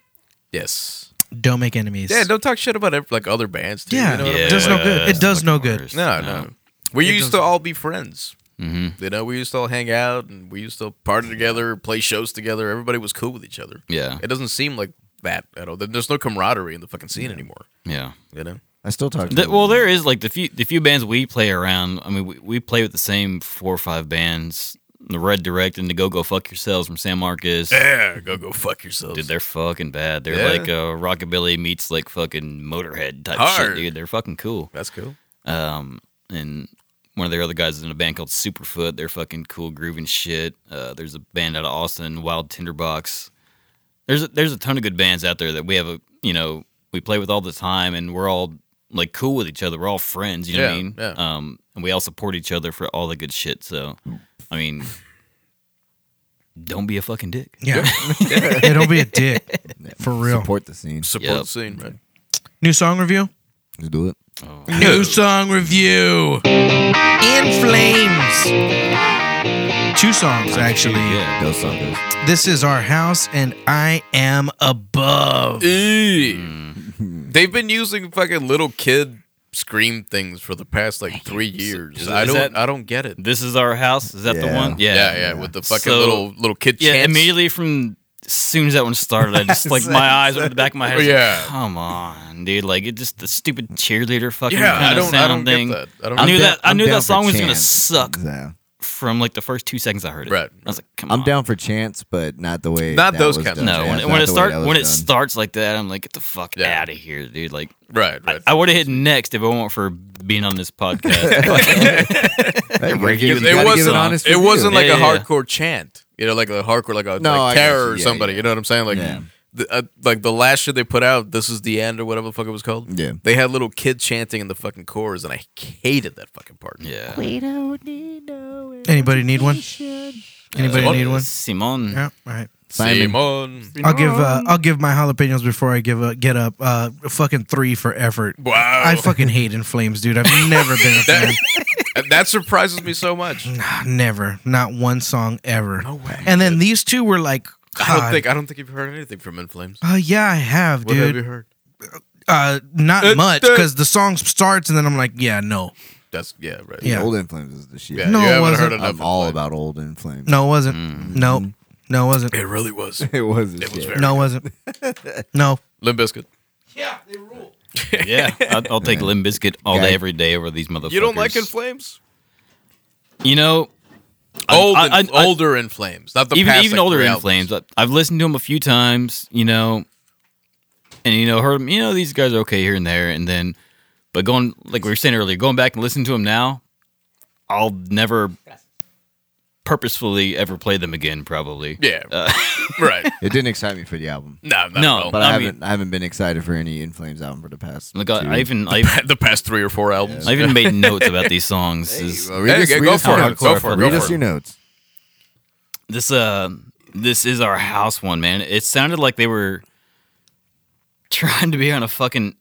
C: Yes.
A: Don't make enemies.
C: Yeah, don't talk shit about ev- like other bands. Too,
A: Yeah.
C: you know what I
D: Yeah. uh,
A: It
C: mean?
A: does no good. It does no good.
D: Worst.
C: No, no. We used to all be friends.
D: hmm
C: You know, we used to all hang out and we used to party together, play shows together. Everybody was cool with each other.
D: Yeah.
C: It doesn't seem like that at all. There- There's no camaraderie in the fucking scene anymore.
D: Yeah.
C: You know?
B: I still talk to
D: Th-
B: them.
D: well, there is like the few the few bands we play around. I mean, we, we play with the same four or five bands. The Red Direct and the Go Go Fuck Yourselves from San Marcos.
C: Yeah, go go fuck yourselves.
D: Dude, they're fucking bad. They're
C: Yeah.
D: like uh, rockabilly meets like fucking Motorhead type
C: Hard.
D: shit, dude. They're fucking cool.
C: That's cool.
D: Um, and one of their other guys is in a band called Superfoot. They're fucking cool grooving shit. Uh, there's a band out of Austin, Wild Tinderbox. There's a, there's a ton of good bands out there that we have a you know we play with all the time, and we're all like cool with each other. We're all friends, you know what I
C: Yeah,
D: mean?
C: yeah.
D: Um, and we all support each other for all the good shit. So, I mean, don't be a fucking dick.
A: Yeah. yeah. Don't be a dick. For real.
B: Support the scene.
C: Support
D: Yep.
C: the scene, man.
A: New song review.
B: Just do it.
A: New song review. In flames. Two songs actually.
D: Yeah.
B: Those suckers.
A: This is our house, and I am above.
D: Mm.
C: They've been using fucking little kid scream things for the past like three years.
D: is-
C: I
D: is
C: don't
D: that-
C: I don't get it.
D: This is our house. Is that the
B: Yeah.
D: one?
C: Yeah, yeah, with the fucking
D: So-
C: little little kid
D: Yeah,
C: chants.
D: immediately from as soon as that one started, I just like my eyes went to the back of my head. I was like,
C: Yeah.
D: come on, dude! Like it just the stupid cheerleader fucking
C: Yeah,
D: kind
C: I
D: of
C: don't I don't
D: sound thing.
C: get that. I don't
D: I
C: get
D: knew
B: I'm
D: that I
B: down-
D: knew
B: I'm
D: that
B: down for
D: song was gonna
B: chance.
D: suck
B: Yeah.
D: from like the first two seconds I heard it.
C: Right.
D: I was like, come
B: I'm
D: on.
B: down for chance, but not the way.
C: Not
B: that
C: those
B: was
C: kinds of
B: done.
D: No,
C: Yeah,
D: when,
B: That's
D: it- when
B: not
D: it
B: the way
D: start
B: that
D: when
B: was
D: it
B: done.
D: starts like that, I'm like, get the fuck
C: Yeah.
D: out of here, dude! Like,
C: Right,
D: I,
C: right.
D: I would have hit next if it weren't for being on this podcast.
B: Hey, you gotta
D: regular-
B: give- you
C: it
B: gotta give
C: wasn't
B: an honest
C: it wasn't
B: review.
C: like
D: Yeah,
C: a
D: yeah, yeah.
C: hardcore chant you know like a hardcore like a
B: No, I
C: like
B: got
C: terror
B: you.
C: or
B: Yeah,
C: somebody
B: yeah.
C: you know what i'm saying like
B: Yeah.
C: the, uh, like the last shit they put out this is the end or whatever the fuck it was called
B: Yeah.
C: they had little kid chanting in the fucking chorus and i hated that fucking part
D: yeah,
A: Anybody need one? Anybody
C: Uh,
A: need one?
D: Simon.
A: Yeah. All right.
B: Simon.
C: Simon.
A: I'll give uh, I'll give my jalapenos before I give a get up. Uh, fucking three for effort.
C: wow
A: I fucking hate In Flames, dude. I've never been a fan.
C: that surprises me so much
A: never, not one song ever.
C: No way.
A: And then these two were like,
C: i don't
A: God.
C: think i don't think you've heard anything from in flames
B: Oh,
A: Uh, yeah, I have,
C: what have you
A: dude.
C: heard
A: Uh, not
C: Uh,
A: much
C: uh,
A: because the song starts and then I'm like, yeah, no,
C: that's yeah right
A: Yeah.
B: Old inflames is the shit.
C: yeah
A: No,
C: you
A: it
C: haven't
A: wasn't.
C: heard enough
B: I'm
C: of
B: all
C: Flames.
B: about old inflames.
A: no, it wasn't. No, no, it wasn't.
C: it really was
B: it was. It
C: was
B: was.
C: very-
A: No, it wasn't. No.
C: limp bizkit
D: Yeah, I'll, I'll take Limb Biscuit all
B: Guy-
D: day, every day over these motherfuckers.
C: you don't like in flames
D: You know, I-
C: Old,
D: I-
C: in,
D: I- I-
C: older in flames, not the
D: even
C: past,
D: even
C: like,
D: older
C: three
D: in
C: albums.
D: flames. I, I've listened to them a few times, you know, and you know heard 'em, You know these guys are okay here and there, and then but going like we were saying earlier, going back and listening to them now, I'll never purposefully ever play them again. Probably.
C: Yeah, right.
B: It didn't excite me for the album.
C: No, not
D: Uh, No,
C: at all.
B: But
D: I
B: I,
D: mean-
B: haven't I haven't been excited for any In Flames album for the past.
D: Like
B: two.
D: I, I even I, even-
C: the past three or four albums.
D: I even made notes about these songs. This-
B: Well, read
C: Hey,
B: us-
C: go
B: read us
C: for
B: your
C: it,
B: notes.
C: go for it,
B: Read
C: go
B: us
C: for it.
B: your notes.
D: this uh this is our house one, man. It sounded like they were trying to be on a fucking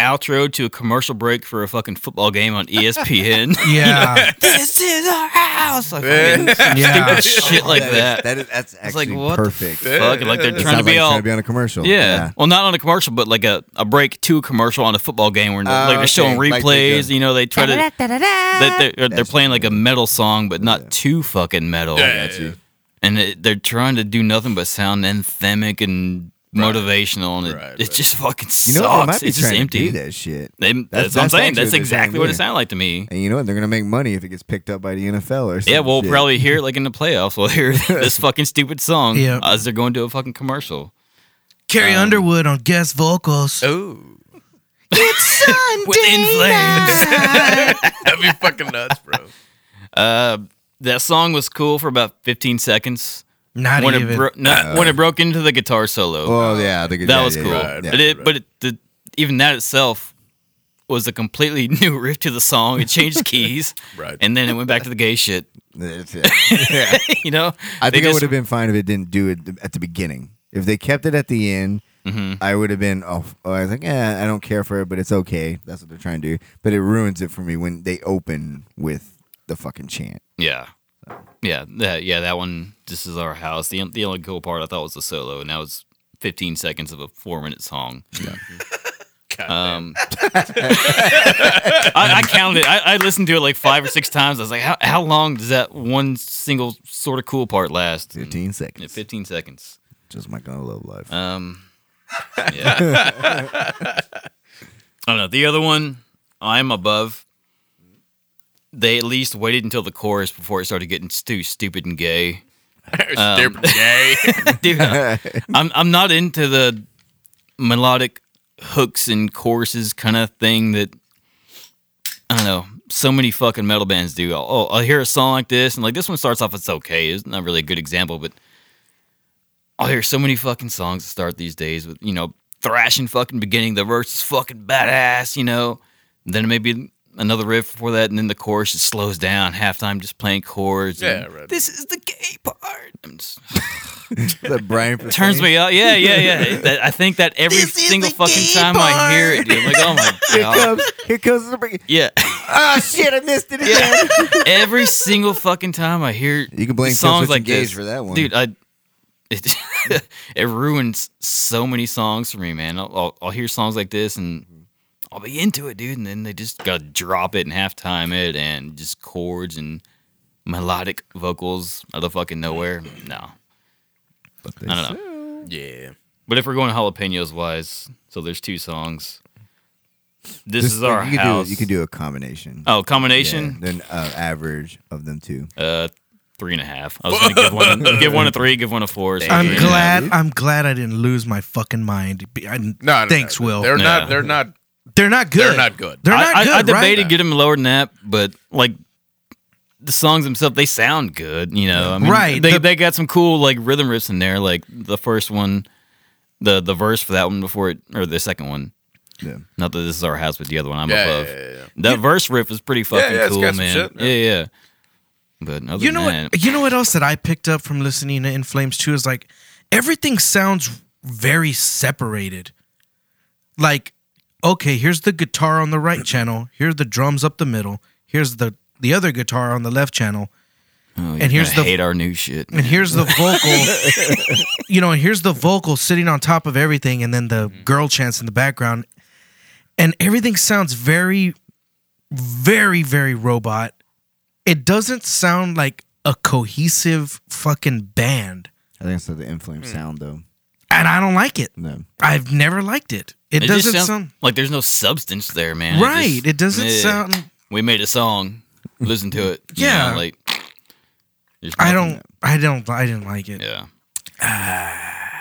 D: outro to a commercial break for a fucking football game on E ESPN.
A: Yeah.
D: this is our house. Like, fucking
A: yeah.
D: shit like that.
B: that is that's
D: It's like
B: actually
D: what
B: perfect.
D: the fuck? Like they're
B: It
D: trying to
B: sounds
D: be
B: like
D: all
B: trying to be on a commercial.
D: yeah. Well, not on a commercial, but like a, a break to a commercial on a football game where like they're
B: okay.
D: showing
B: Like they
D: replays.
B: do.
D: you know, they try to that they're, they're,
B: That's
D: playing like a metal song, but not too fucking metal.
C: Yeah,
B: Got you.
D: And it, they're trying to do nothing but sound anthemic and motivational, and it,
C: Right,
D: it
C: right.
D: just fucking sucks.
B: You know what? They might be
D: it's just
B: trying
D: empty.
B: to do that shit.
D: They- that's,
B: That's-
D: what I'm saying.
B: that's
D: That's
B: actually what they're trying
D: exactly
B: to
D: what it
B: do.
D: sounded like to me.
B: And you know what? They're gonna make money if it gets picked up by the NFL or something.
D: Yeah, we'll
B: shit.
D: probably hear it like in the playoffs. We'll hear this fucking stupid song Uh,
A: Yeah.
D: as they're going to a fucking commercial.
C: Um,
A: Carrie Underwood on guest vocals.
C: Oh,
D: Within flames.
C: that'd be fucking nuts, bro.
D: Uh, that song was cool for about 15 seconds.
A: Not
D: when
A: even.
D: it bro- no, when it broke into the guitar solo.
B: Oh yeah, the good
D: that
B: yeah,
D: was
B: yeah,
D: cool.
B: yeah, yeah.
D: but it, but it, the, even that itself was a completely new riff to the song. It changed keys,
C: Right.
D: And then it went back to the gay shit.
B: That's it. Yeah.
D: you know,
B: I
D: They
B: think I
D: just-
B: would have been fine if it didn't do it at the beginning. If they kept it at the end,
D: Mm-hmm.
B: I would have been. Oh, oh, I think eh, I don't care for it, but it's okay. That's what they're trying to do. But it ruins it for me when they open with the fucking chant.
D: Yeah, yeah, that, yeah. That one. This is our house. The the only cool part I thought was the solo, and that was 15 seconds of a four minute song.
C: God
D: Um, I, I counted. it. I, I listened to it like five or six times. I was like, how, how long does that one single sort of cool part last?
B: Fifteen
D: Yeah,
B: seconds.
D: 15 seconds.
B: Just my kind of love life.
D: Um, yeah. I don't know. The other one, I'm above. They at least waited until the chorus before it started getting too stupid and gay. um,
C: Stupid gay.
D: Dude, I'm I'm not into the melodic hooks and choruses kind of thing that I don't know. So many fucking metal bands do. I'll- Oh, I'll hear a song like this, and like this one starts off, it's okay. It's not really a good example, but I'll hear so many fucking songs to start these days with, you know, thrashing fucking beginning. The verse is fucking badass, you know. Then maybe another riff before that, and then the chorus just slows down. Halftime just playing chords. and
C: Yeah, right.
D: This is the gay part. I'm just,
B: the Brian
D: turns me up. Yeah, yeah, yeah. That- I think that every
E: This is
D: single
E: the
D: fucking
E: gay
D: time I hear it, dude. I'm like, oh my
B: Here
D: god.
B: comes. Here comes the break.
D: Yeah,
B: Ah, shit! I missed it again.
D: every single fucking time I hear
B: You can blame
D: songs
B: Killswitch
D: like
B: Engage
D: this
B: for that one.
D: dude. I it, it ruins so many songs for me, man. I'll, I'll, I'll hear songs like this and I'll be into it, dude, and then they just gotta drop it and halftime it and just chords and melodic vocals out of fucking nowhere. No, I don't know.
C: yeah.
D: But if we're going jalapenos wise, so there's two songs. This,
B: Just
D: is
B: like,
D: our
B: you could do-
D: house.
B: you could do a combination.
D: oh
B: Yeah,
D: combination,
B: then uh, average of them two.
D: uh, three and a half. I was gonna give one, give one a three, give one a four. so three
A: I'm
D: and a half.
A: glad. I'm glad I didn't lose my fucking mind. Be- I,
C: No, no,
A: thanks,
C: no.
A: Will.
C: They're
A: They're,
D: Yeah.
C: not. They're not.
A: not good.
C: They're not good.
A: They're
D: I,
A: not
D: I-
A: good.
D: I debated
A: right?
D: getting them lower than that, but like the songs themselves, they sound good. You know, I mean,
A: Right,
D: They
A: the-
D: they got some cool like rhythm riffs in there. Like the first one, the the verse for that one before it, or the second one.
B: Yeah.
D: Not that this is our house, but the other one I'm
C: Yeah,
D: above.
C: yeah, yeah, yeah.
D: That verse riff is pretty fucking
C: yeah, it's
D: cool,
C: got some
D: man.
C: shit,
D: yeah.
C: yeah.
D: yeah, But other
A: You know
D: than that,
A: what? You know what else that I picked up from listening to In Flames too is like everything sounds very separated. Like, okay, here's the guitar on the right channel. Here's the drums up the middle. Here's the the other guitar on the left channel.
D: oh,
A: and here's
D: gonna
A: the-
D: hate our new shit.
A: and here's the vocal you know and here's the vocal sitting on top of everything and then the girl chants in the background and everything sounds very very very robot it doesn't sound like a cohesive fucking band
B: I think it's the inflame
C: hmm.
B: sound though.
A: and i don't like it
B: No.
A: i've never liked it it,
D: It just
A: doesn't
D: sounds
A: sound
D: like there's no substance there, man.
A: right
D: just-
A: it doesn't
D: Yeah.
A: sound
D: We made a song. Listen to it. you
A: Yeah.
D: know, like there's
A: i
D: nothing-
A: don't i don't i didn't like it
D: Yeah.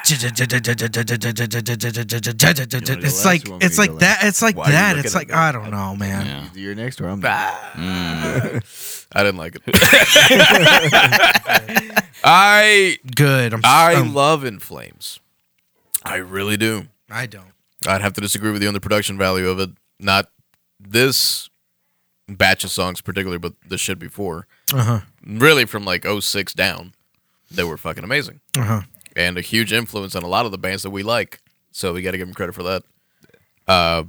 A: it's
B: last?
A: like
B: You want me
A: it's
B: to go
A: like that it's like
C: Why are you
A: that
C: looking
A: it's
C: at
A: like
C: me?
A: i don't know man
C: Oh.
D: Yeah. Mm.
B: You're next or I'm
D: Ah.
C: I didn't like it. I
A: good. I'm, um,
C: I
D: Um,
A: I'm-
C: love In Flames. I really do.
A: I don't.
C: I'd have to disagree with you on the production value of it. Not this batch of songs particularly, but the shit before.
A: Uh huh.
C: Really from like 06 down. that were fucking amazing
A: Uh huh.
C: and a huge influence on a lot of the bands that we like. So we got to give him credit for that. Uh,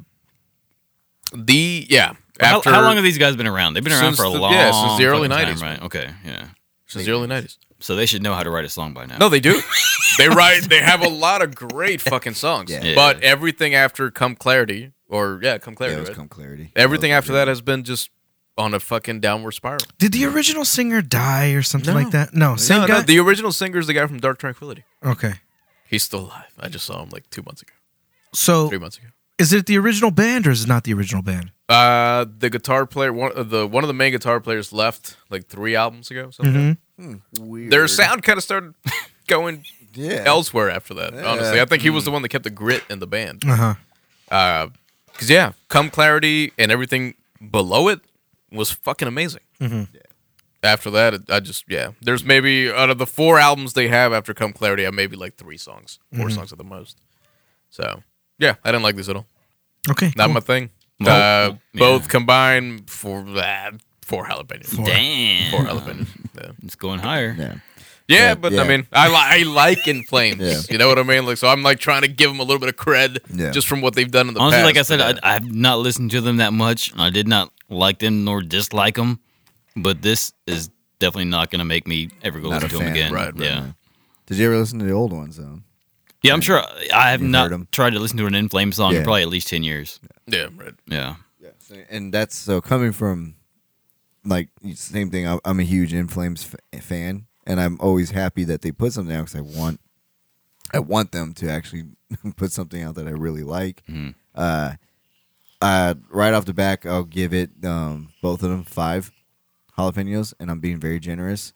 C: the yeah.
D: How-
C: After
D: how, long have these guys been around? They've been around
C: Since
D: for a
C: the-
D: long
C: yeah, since the early
D: fucking time,
C: 90s.
D: right? Okay, yeah.
C: since the early nineties?
D: So they should know how to write a song by now.
C: No, they do. they write. They have a lot of great fucking songs.
B: Yeah.
C: But everything after "Come Clarity" or yeah, "Come
B: Yeah,
C: Clarity,"
B: it was
C: right?
B: come clarity.
C: everything
B: was
C: after that has been just on a fucking downward spiral.
A: Did the original singer die or something
C: No.
A: like that? No, same
C: no,
A: guy.
C: no, the original singer is the guy from Dark Tranquility.
A: okay.
C: He's still alive. I just saw him like two months ago,
A: So
C: three months ago.
A: is it the original band or is it not the original band?
C: Uh, the guitar player, one of the one of the main guitar players left like three albums ago. Something.
B: weird.
C: Their sound kind of started going
B: yeah.
C: elsewhere after that. Honestly,
B: Yeah.
C: I think he was the one that kept the grit in the band.
A: Uh huh.
C: Because yeah, come clarity and everything below it was fucking amazing. After that, it, I just yeah. There's maybe out of the four albums they have after come clarity, I maybe like three songs, 4 songs at the most. So yeah, I didn't like this at all.
A: Okay.
C: Not
A: cool.
C: my thing.
D: Well,
C: uh,
D: well,
C: Both
D: yeah.
C: combined for uh, four jalapenos. Four,
D: Damn,
C: jalapenos. Yeah,
D: it's going higher.
B: Yeah.
C: yeah
B: Yeah,
C: but
B: yeah.
C: I mean, I li- I like In Flames.
B: Yeah.
C: You know what I mean? Like, so I'm like trying to give them a little bit of cred
B: Yeah.
C: just from what they've done in the
D: Honestly,
C: past.
D: like I said,
C: Yeah.
D: I, I've not listened to them that much. I did not like them nor dislike them, but this is definitely not going to make me ever go
B: Not
D: listen to
B: a
D: them
B: fan,
D: again.
C: right, right,
D: yeah,
B: right. Did you ever listen to the old ones though?
D: yeah. I'm sure I- I have
B: You've
D: not
B: heard 'em.
D: tried to listen to an In Flames song in
B: Yeah.
D: probably at least ten years.
C: yeah, right.
D: Yeah,
B: Yeah. And that's so coming from like same thing. I'm- I'm a huge In Flames f- fan, and I'm always happy that they put something out because I want, I want them to actually put something out that I really like. Uh, uh, right off the back, I'll give it um, both of them five jalapenos, and I'm being very generous.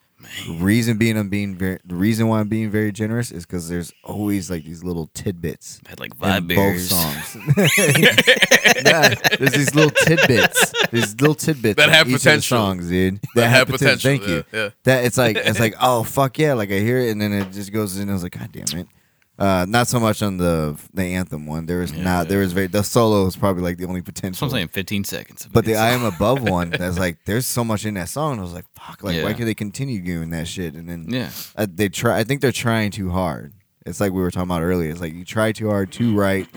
B: Reason being, I'm being very. The reason why I'm being very generous is because there's always like these little tidbits
D: I've had like
B: in
D: five beers.
B: both songs. Nah, there's these little tidbits. These little tidbits
C: That
B: in
C: have
B: each of the
C: potential.
B: songs, dude. That,
C: have
B: poten-
C: potential,
B: Thank you.
C: yeah, yeah.
B: That it's like it's like oh fuck yeah, like I hear it and then it just goes in. and I was like god damn it. Uh, not so much on the the anthem one. There was not. There was very the solo is probably like the only
D: So
B: potential.
D: I'm saying 15 seconds. of
B: But
D: it.
B: the I am above one. That's like there's so much in that song. And I was like fuck. Like
D: Yeah.
B: why can they continue doing that shit? And then
D: yeah,
B: uh, they try. I think they're trying too hard. It's like we were talking about earlier. It's like you try too hard to write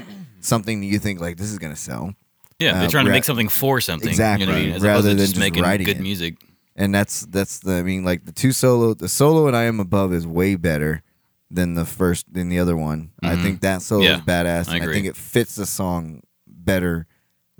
B: something that you think like this is gonna sell,
D: yeah, they're
B: uh,
D: trying to
B: ra-
D: make something for something.
B: Exactly,
D: you know what I mean? As
B: rather
D: opposed to
B: than
D: just
B: just
D: making
B: writing
D: good
B: it.
D: music.
B: and that's that's the. I mean, like the two solo, the solo and I am above is way better than the first than the other one. I think that solo
D: Mm-hmm. Yeah,
B: is badass.
D: I
B: and I
D: agree.
B: think it fits the song better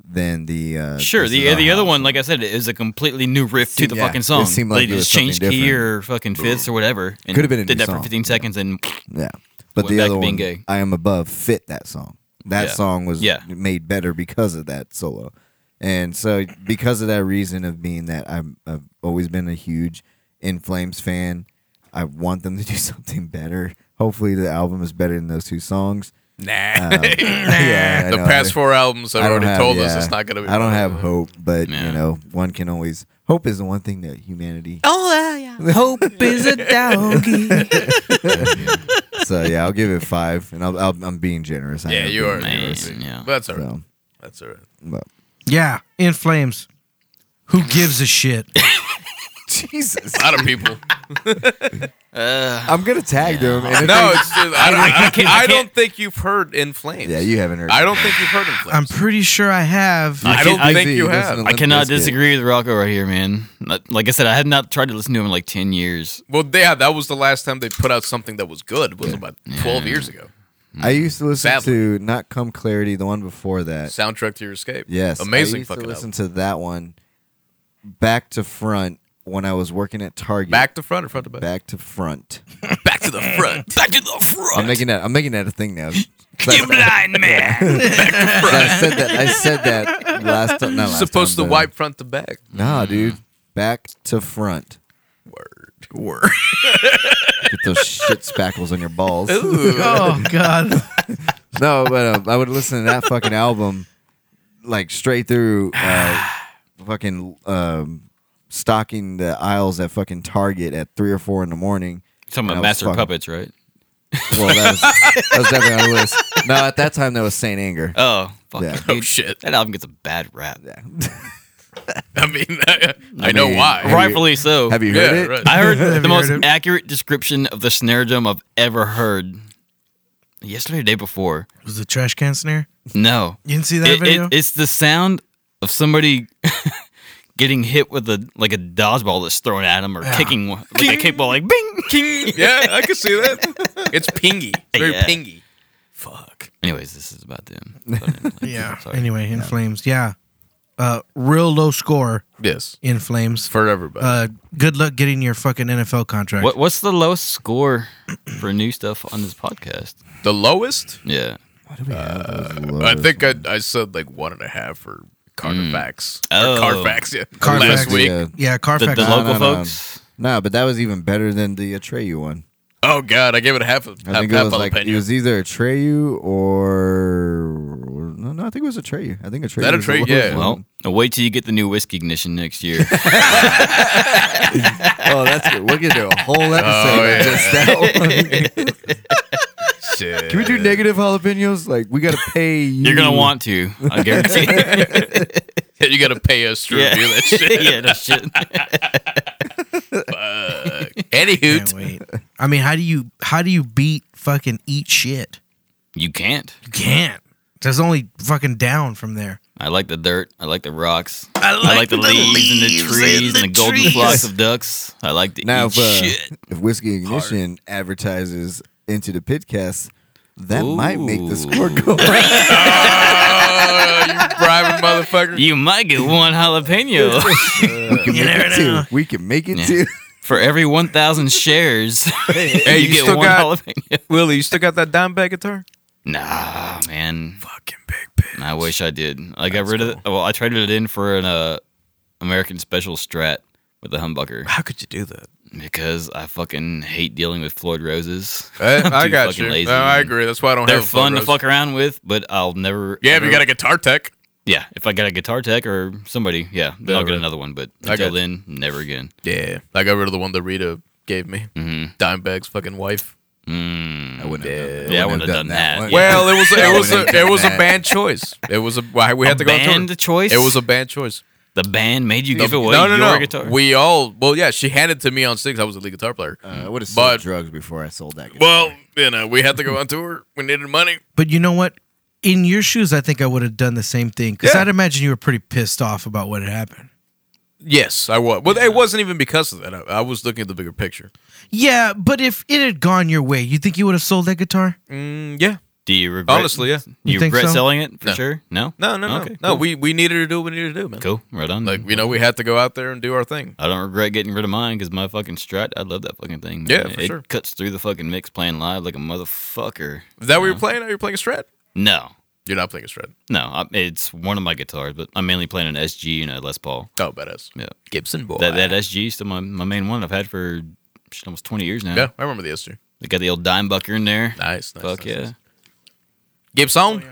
B: than the uh,
D: Sure,
B: This
D: the
B: Is Our
D: the other
B: House.
D: one, like I said, is a completely new riff to
B: Seemed-
D: the
B: yeah,
D: fucking
B: it
D: song.
B: seemed like
D: they
B: it was
D: just changed
B: something
D: key
B: different.
D: or fucking fifths or whatever. and
B: Could've been a
D: did
B: new
D: that for
B: song,
D: 15 seconds and
B: Yeah, but
D: Went
B: the
D: back
B: other
D: to being
B: one,
D: gay.
B: I am above, fit that song. That
D: Yeah.
B: song was
D: Yeah.
B: made better because of that solo, and so because of that reason of being that I'm, I've always been a huge In Flames fan. I want them to do something better. Hopefully, the album is better than those two songs.
C: Nah.
B: Um, yeah, I
C: the
B: know.
C: past four albums have
B: I don't
C: already
B: have-
C: told us
B: yeah.
C: it's not going to be.
B: I don't have hope, but
D: Yeah.
B: you know, one can always hope is the one thing that humanity.
E: Oh, uh, yeah.
A: Hope is a doggy.
B: so yeah, I'll give it five, and I'll, I'll, I'm being generous. I
C: Yeah,
B: am
C: you
B: being
C: are.
B: generous.
D: Man, yeah.
C: That's all right.
B: So,
C: That's all right.
B: but-
A: yeah, in flames. Who gives a shit?
B: Jesus.
C: A lot of people.
B: I'm gonna tag them. And if
C: no, it's just, I, don't,
D: can't-
C: I,
D: I
C: don't think you've heard In Flames.
B: they- yeah, you haven't heard.
C: I don't think you've heard In
A: I'm
C: Flames.
A: pretty sure I have.
C: I don't
D: I-
C: think
B: Listen
C: you
B: to
C: have.
B: Limp
D: I cannot
B: Bizkit.
D: disagree with Rocco right here, man. Not- Like I said, I had not tried to listen to him in like 10 years.
C: Well, yeah, that was the last time they put out something that was good. Was about 12 years ago.
B: I used to listen
C: Sadly.
B: to not come clarity the one before that.
C: Soundtrack to Your Escape.
B: Yes, I
C: amazing
B: used
C: fucking
B: to listen
C: album.
B: to that one back to front when I was working at Target.
C: Back to front or front to back?
B: back to front.
C: Back to the front.
D: Back to the
B: I'm
D: front.
B: making that. I'm making that a thing now.
D: you blind man.
B: I said that. I said that last time. Not last
C: Supposed
B: time,
C: to
B: but-
C: wipe front to back.
B: Nah, dude. Back to front.
C: Word. Word.
B: Get those shit spackles on your balls.
A: Oh God.
B: No, but um, I would listen to that fucking album like straight through, uh, fucking um, stocking the aisles at fucking Target at three or four in the morning.
D: talking
B: That
D: about
B: was
D: Master
B: fucking-
D: Puppets, right?
B: Well, that was, that was definitely on the list. No, at that time that was Saint Anger.
D: Oh, fuck.
B: Yeah.
D: dude.
C: Oh, shit.
D: That album gets a bad rap.
B: Yeah.
C: I mean, I, know
B: mean,
C: why.
B: Have you-
D: Rightfully so.
B: Have you
C: Oh, Yeah,
B: heard it?
C: right.
D: I heard
A: Have
D: the
A: you
D: most
A: heard it?
D: accurate description of the snare drum I've ever heard. Yesterday, or day before.
A: Was the trash can snare?
D: No,
A: You didn't see that
D: It- it-
A: video?
D: it's the sound of somebody getting hit with a like a dodgeball that's thrown at him or kicking one- like a kickball, like bing, king.
C: yeah, I can see that. It's pingy. It's very
D: Yeah.
C: pingy. Fuck.
D: Anyways, this is about them. About them.
A: yeah.
D: Sorry.
A: Anyway, in flames. Yeah. Uh, real low score
C: Yes.
A: in flames.
C: For everybody.
A: uh, good luck getting your fucking NFL contract.
D: What what's the lowest score for new stuff on this podcast?
C: the lowest?
D: Yeah.
B: What do we have? Those
C: Uh, I
B: lowest
C: think I, I said like one and a half for Carfax.
D: Oh.
C: Or Carfax, yeah.
A: Carfax.
C: Last week.
B: Yeah.
A: Yeah,
D: The,
A: Carfax.
D: the
B: no,
D: local
B: no, no.
D: folks.
B: Nah, but that was even better than the Atreyu one.
C: Oh, God. I gave it a half, a,
B: I
C: half,
B: think it
C: half
B: was like
C: jalapeno.
B: it was either Atreyu or no, no. I think it was Atreyu. I think Atreyu.
C: That
B: was the
C: Atreyu,
B: lowest
C: yeah.
B: one.
D: Well, wait till you get the new whiskey ignition next year.
B: oh, that's good. We'll get to a whole episode
C: Oh,
B: on
C: yeah.
B: just that one.
C: Shit.
B: Can we do negative jalapenos? Like we gotta pay. You.
D: You're gonna want to. I guarantee. it.
C: Yeah, you got to pay us to
D: yeah.
C: review that shit.
D: yeah, that shit.
C: Any hoot.
A: Can't wait. I mean, how do you how do you beat fucking eat shit?
D: You can't.
A: You can't. There's only fucking down from there.
D: I like the dirt. I like the rocks. I like, the, leaves, and the trees and the, golden flocks of ducks. I like to
B: Now
D: eat
B: if, uh,
D: shit.
B: if Whiskey Ignition advertises into the pitcast, that might make the score go. up.
C: Oh, you bribing motherfucker.
D: You might get one jalapeno
B: we can
A: You
B: make
A: never
B: it
A: know.
B: two. We can make it
D: Yeah.
B: two.
D: for every one thousand shares.
C: Hey,
D: you, get one jalapeno.
C: Willie, you still got that dime bag guitar?
D: Nah, man.
C: Fucking big bitch.
D: I wish I did. I got rid of. Well, I traded it in for an uh, American Special Strat with a humbucker
C: How could you do that?
D: because I fucking hate dealing with Floyd roses. I'm
C: I, I
D: too
C: got
D: fucking
C: you.
D: lazy,
C: No, I
D: man.
C: agree. That's why I don't
D: They're
C: have a phone
D: fun to
C: roast.
D: fuck around with, but I'll never.
C: Yeah, if you
D: ever-
C: got a guitar tech.
D: Yeah, if I got a guitar tech or somebody, yeah, then I'll
C: Never.
D: get another one. But
C: I
D: until
C: got-
D: then, never again.
C: Yeah. I got rid of the one that Rita gave me.
D: Mhm.
C: Dimebag's fucking wife.
D: Mm.
B: wouldn't.
C: have done that.
D: Yeah, I wouldn't have done that.
B: one.
D: Yeah.
C: Well, it was it was
B: wouldn't have
C: a, it
B: done
C: was a
B: that.
C: bad choice. It was a why we had to go into
D: band
C: it.
D: choice.
C: It was a bad choice.
D: the band made you give away
C: no, no,
D: your
C: no.
D: guitar.
C: We all well, yeah. She handed it to me on six. I was a lead guitar player.
B: Uh, I would have sold
C: But-
B: drugs before I sold that. guitar.
C: well, you know, we had to go on tour. We needed money.
A: But you know what? In your shoes, I think I would have done the same thing because
C: Yeah.
A: I'd imagine you were pretty pissed off about what had happened.
C: Yes, I was. Well, it wasn't even because of that. I, I was looking at the bigger picture.
A: Yeah, but if it had gone your way, you think you would have sold that guitar?
C: Mm, yeah.
D: Do you regret?
C: Honestly, yeah.
D: You,
A: You think
D: regret
A: so?
D: selling it for
C: No.
D: sure? No.
C: No, no, no,
D: Okay,
C: no. We we needed to do what we needed to do, man.
D: Cool. Right on.
C: Like you know, we had to go out there and do our thing.
D: I don't regret getting rid of mine because my fucking Strat, I love that fucking thing. man.
C: Yeah, for
D: it
C: sure.
D: cuts through the fucking mix playing live like a motherfucker.
C: Is that what you're playing? Are you playing a strat?
D: No,
C: You're not playing a strat.
D: no, I, it's one of my guitars, but I'm mainly playing an SG and a Les Paul.
C: Oh, badass.
D: Yeah,
C: Gibson boy.
D: that, that SG is still my, my main one. I've had for shit, almost 20 years now.
C: yeah, I remember the SG.
D: They got the old dime bucker in there.
C: Nice, nice.
D: Fuck
C: nice,
D: yeah.
C: nice. Oh, Gibson.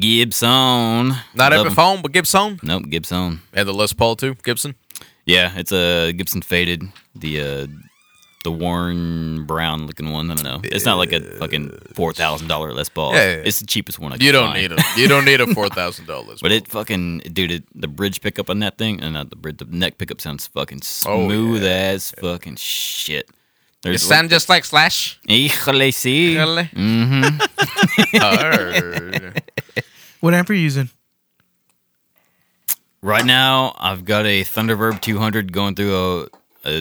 D: Gibson.
C: Not
D: Love 'em.
C: Epiphone, but Gibson.
D: Nope, Gibson.
C: And the Les Paul too. Gibson.
D: Yeah, it's a Gibson faded. The uh the worn brown looking one. I don't know. It's not like a fucking four thousand dollar Les Paul.
C: Yeah, yeah.
D: It's the cheapest one I could
C: You don't
D: find.
C: need a you don't need a four thousand dollars.
D: But it fucking dude, it, the bridge pickup on that thing, and not the bridge, the neck pickup sounds fucking
C: Oh,
D: smooth as fucking shit.
C: it
D: There's
C: sound just like Slash.
D: Híjole, sí.
C: Really?
D: Mhm.
C: Heard.
A: What amp are you using?
D: Right now, I've got a Thunderbird 200 going through a, a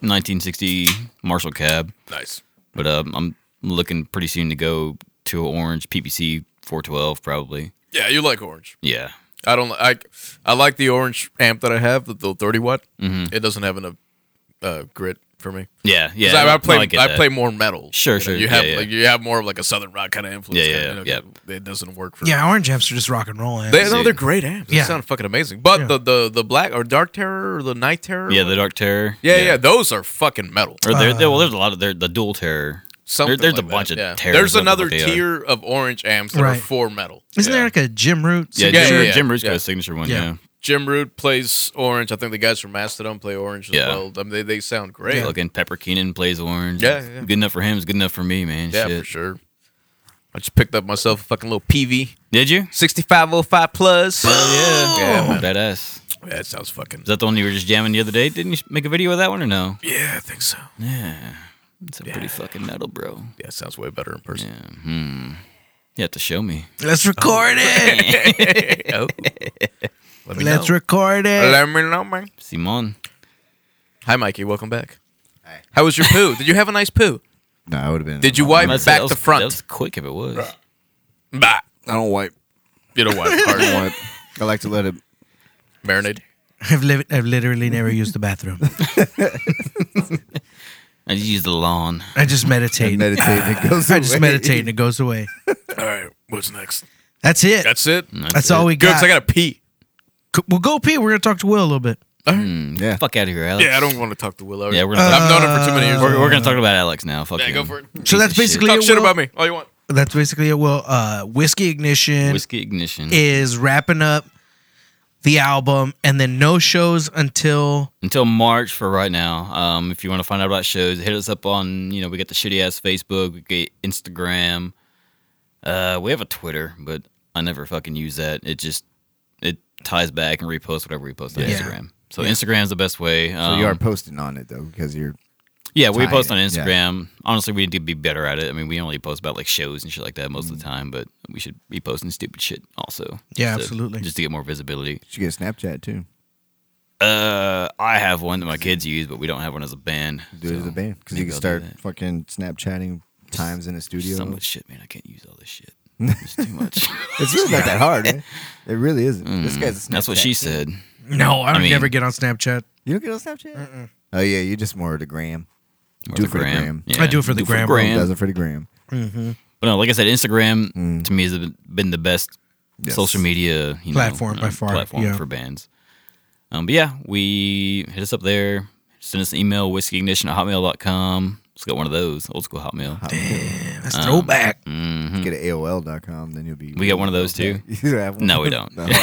D: 1960 Marshall cab,
C: nice.
D: but um, I'm looking pretty soon to go to an orange PPC 412 probably.
C: Yeah, you like orange.
D: Yeah,
C: I don't like. I like the orange amp that I have, the, the thirty watt. It doesn't have enough uh, grit for me.
D: yeah,
C: 'Cause
D: Mm-hmm. yeah.
C: I, I play.
D: no,
C: I,
D: get that.
C: play more metal.
D: Sure,
C: you
D: sure,
C: You
D: yeah,
C: have
D: yeah.
C: like you have more of like a southern rock kind of influence.
D: Yeah, yeah,
C: kinda, you know, It doesn't work for.
A: Yeah, orange amps are just rock and roll amps.
C: They, no,
D: Dude.
C: they're great amps.
A: Yeah.
C: They sound fucking amazing. But
A: Yeah.
C: the, the the black or dark terror or the night terror.
D: Yeah,
C: one-
D: the Dark Terror.
C: yeah, yeah, Those are fucking metal.
D: Or there, there- well, there's a lot of there, the Dual Terror. There-
C: Something
D: there's
C: like
D: a
C: that.
D: bunch of
C: yeah.
D: terrors.
C: There's
D: up there,
C: another
D: but they are-
C: tier of orange amps that are
A: Right.
C: for metal.
A: Isn't
C: yeah.
A: there like a Jim Root?
D: Yeah,
C: Yeah,
D: Jim,
C: yeah, yeah.
D: Jim Root's got
C: Yeah.
D: a signature one.
A: Yeah.
D: Yeah,
C: Jim Root plays orange. I think the guys from Mastodon play orange as
D: Yeah.
C: well. I mean, they, they sound great. Yeah,
D: Fucking Pepper Keenan plays orange.
C: Yeah, yeah.
D: Good enough for him. It's good enough for me, man. Shit.
C: for sure. I just picked up myself a fucking little PV
D: Did you?
C: 6505 plus.
D: Yeah. Oh.
C: Yeah, man.
D: Badass.
C: That sounds fucking.
D: Is that the one you were just jamming the other day? Didn't you make a video of that one or no?
C: Yeah, I think so.
D: Yeah. It's a pretty fucking metal, bro.
C: Yeah, it sounds way better in person.
D: Yeah. Hmm. You have to show me.
A: Let's record it.
C: Oh. Let me
A: Let's
C: know.
A: record it.
C: Let me know, man.
D: Simon.
C: Hi, Mikey. Welcome back. How was your poo? Did you have a nice poo?
B: No, I would have been.
C: Did you wipe
D: That's- that
C: back
D: was-
C: to
D: That
C: front?
D: was quick if it was.
C: Bah.
B: I don't wipe.
C: You know what? Hard
B: I
C: one.
B: wipe. I like to let it.
C: Marinade.
A: I've, li- I've literally never used the bathroom.
D: I just used the lawn.
A: I just meditate.
B: meditate. and it goes
A: I just
B: away.
A: meditate and it goes away.
C: All right. What's next?
A: That's it. That's,
C: That's it.
D: it.
A: all we
C: Good.
A: got.
C: I gotta pee.
A: C- Well, go pee. We're gonna talk to Will a little bit.
B: Yeah.
D: Fuck out of here, Alex.
C: Yeah, I don't want to talk to Willow.
D: Yeah, we're gonna
C: I've
D: talk,
C: known him for too many years.
D: we're, we're gonna talk about Alex now. Fuck
C: yeah,
D: him.
C: go for it.
D: Piece of
A: that's
D: shit.
A: basically-
C: Talk shit
A: Will-
C: about me. All you want.
A: That's basically it. Will uh, whiskey ignition
D: whiskey ignition
A: is wrapping up the album, and then no shows until
D: until March for right now. Um, if you want to find out about shows, hit us up on you know we got the shitty ass Facebook, we get Instagram, uh, we have a Twitter, but I never fucking use that. It just it ties back and reposts whatever we post on
A: Yeah.
D: Instagram. So Instagram's the best way.
B: So
D: Um,
B: you are posting on it though, because you're.
D: yeah, we
B: tying
D: post
B: it,
D: on
B: yeah.
D: Instagram. Honestly, we need to be better at it. I mean, we only post about like shows and shit like that most
B: Mm.
D: of the time, but we should be posting stupid shit also.
A: Yeah,
D: Just to-
A: absolutely.
D: Just to get more visibility.
B: You should get a Snapchat too.
D: Uh, I have one that my kids use, but we don't have one as a band.
B: Do it as a band because you
D: maybe
B: can
D: I'll do
B: start
D: that.
B: fucking Snapchatting times in a studio.
D: So much shit, man. I can't use all this shit. It's too much.
B: It's really not that hard. man. It really isn't. This guy's. A
D: Mm, That's what
B: Snapchat
D: she
B: king.
D: said.
A: no, I,
D: I mean-
A: never get on Snapchat.
B: You don't get on Snapchat. Oh yeah, you just more the gram.
D: Or
B: Do it for the gram.
A: I do it for the gram, bro.
B: Gram. Does it for the gram.
D: But no, like I said, Instagram to me has been the best
B: Mm. Yes.
D: social media you know, um,
A: Platform, by far,
D: platform
A: yeah.
D: for bands. Um, but yeah, we hit us up there. Send us an email, whiskeyignition at hotmail.com. Let's get one of those. Old school hotmail. Mm-hmm.
A: That's throwback.
B: Uh,
D: mm,
B: Get at AOL.com, then you'll be.
D: We got one of those too.
B: You don't have one?
D: No, we don't.
B: No. That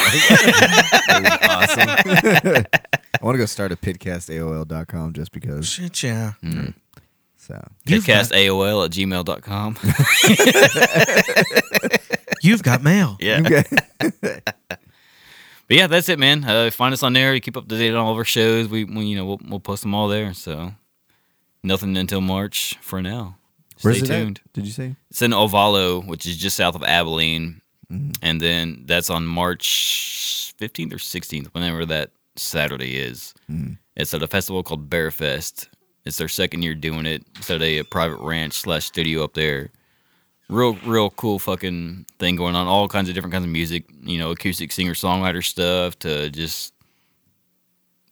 B: would be awesome. I want to go start a podcast AOL.com just because.
A: Shit, yeah.
B: So
A: You've
D: Podcast
A: got,
D: AOL at gmail.com.
A: you've got mail.
D: yeah. But yeah, that's it, man. Uh, find us on there. You keep up to date on all of our shows. We, we you know, we'll, we'll post them all there. So nothing until March for now. Stay
B: Where's it at?
D: tuned.
B: Did you say?
D: It's in Ovalo, which is just south of Abilene, and then that's on March fifteenth or sixteenth, whenever that Saturday is. It's at a festival called Bearfest. It's their second year doing it. It's at a, a private ranch slash studio up there. Real, real cool fucking thing going on. All kinds of different kinds of music. You know, acoustic singer songwriter stuff to just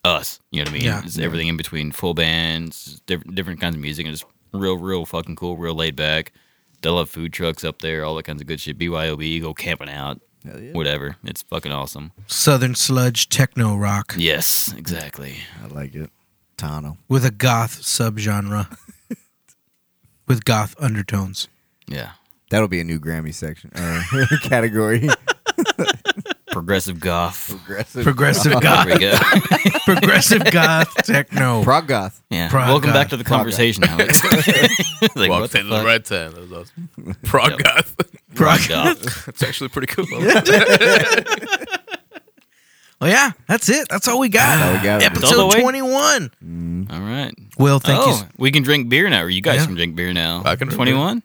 D: us. You know what I mean?
A: Yeah.
D: It's everything in between. Full bands, different different kinds of music, and it's real, real fucking cool. Real laid back. They love food trucks up there. All that kinds of good shit. BYOB, go camping out. Whatever. It's fucking awesome.
A: Southern sludge techno rock
D: Yes, exactly.
B: I like it. Tano.
A: with a goth subgenre with goth undertones.
D: Yeah.
B: That'll be a new Grammy section uh, category.
D: Progressive goth.
B: Progressive.
A: Progressive goth,
D: There we go.
A: progressive goth techno.
B: Prog goth.
D: Yeah.
A: Praga.
D: Welcome back to the
B: Praga.
D: conversation, Alex. like, what
C: Walked
D: the
C: into the
D: fuck?
C: right time. That was awesome. Prague goth.
A: Prog-
D: Goth.
C: It's actually pretty cool.
A: Oh yeah, that's it. That's all we got.
B: all we got.
D: That's all
A: Episode
D: the way?
A: twenty one.
D: All right.
A: Will, thank
D: oh,
A: you. s-
D: we can drink beer now, or you guys
A: Yeah.
D: can drink beer now.
C: I can drink beer.
D: 21?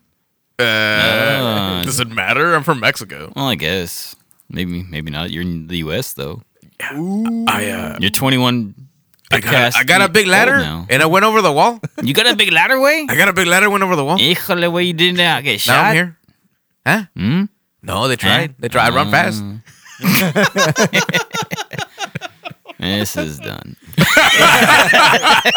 C: Uh,
D: Ah.
C: does it matter? I'm from Mexico.
D: Well, I guess. Maybe maybe not. You're in the U.S., though.
C: I uh,
D: You're 21.
C: I got, I got a big ladder
D: Now.
C: and I went over the wall.
D: You got a big ladder way?
C: I got a big ladder, went over the wall.
D: Híjole, way you did not get shot.
C: Now I'm here. Huh?
D: Hmm? Oh.
C: No, they tried. They tried. I run fast.
D: Uh. This is done. Oh.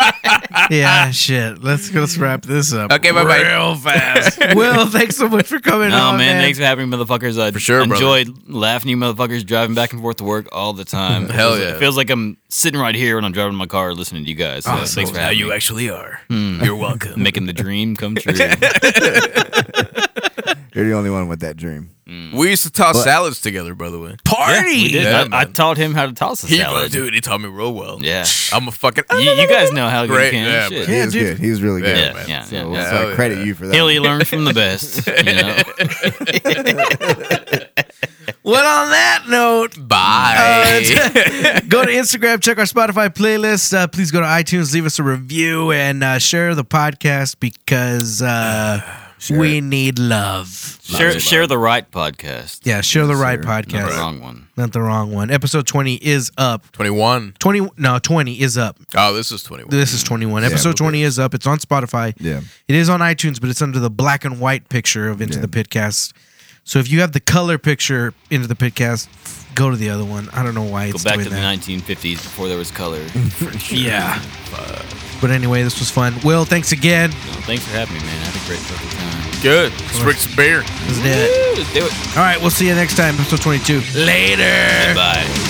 A: Yeah, shit. Let's let's wrap this up.
C: Okay, bye bye.
A: Real fast. Will, thanks so much for coming
D: No,
A: on.
D: man, Thanks for having me, motherfuckers. I
C: sure, brother.
D: enjoyed laughing at you motherfuckers driving back and forth to work all the time.
C: Hell
D: It feels-
C: yeah.
D: It feels like I'm sitting right here when I'm driving my car listening to you guys. So thanks for
C: Oh, Now
D: having
C: you
D: me. Hmm.
C: actually are. You're welcome.
D: Making the dream come true.
B: You're the only one with that dream.
C: We used to toss
B: But-
C: salads together, by the way.
A: Party.
D: we did.
C: Yeah,
D: I, I
C: man.
D: taught him how to toss a
C: He,
D: salad.
C: dude, he taught me real well.
D: Yeah.
C: I'm a fucking.
D: You, you guys know how good
C: Great,
D: you can.
C: yeah,
D: Shit.
C: but-
B: He
A: Yeah,
B: was
A: dude.
B: good. He was really good.
D: Yeah,
C: man.
D: yeah,
B: So,
D: yeah,
B: so
C: yeah.
B: I credit you for that.
D: He'll learn from the best. You know?
A: Well, on that note,
C: Bye.
A: uh, go to Instagram, check our Spotify playlist. Uh, please go to iTunes, leave us a review, and uh, share the podcast because uh, we need love.
D: share, share the right podcast,
A: Yeah, share the right
B: sir.
D: not
A: podcast,
D: the wrong one.
A: not the wrong one. Episode twenty is up.
C: Twenty one.
A: Twenty no, twenty is up.
C: Oh, this is twenty one.
A: This is twenty one. Episode twenty is up. It's on Spotify.
B: Yeah.
A: It is on iTunes, but it's under the black and white picture of Into the Pitcast. So if you have the color picture Into the Pitcast, go to the other one. I don't know why
D: Go
A: it's
D: back
A: doing
D: to the
A: that.
D: 1950s before there was color.
A: Yeah. But anyway, this was fun. Will, thanks again.
D: No, thanks for having me, man. I had a great fucking time.
C: Good. Sprick's beer.
A: This is it.
D: Woo, let's do it.
A: All right, we'll see you next time, episode 22.
D: Later. Bye.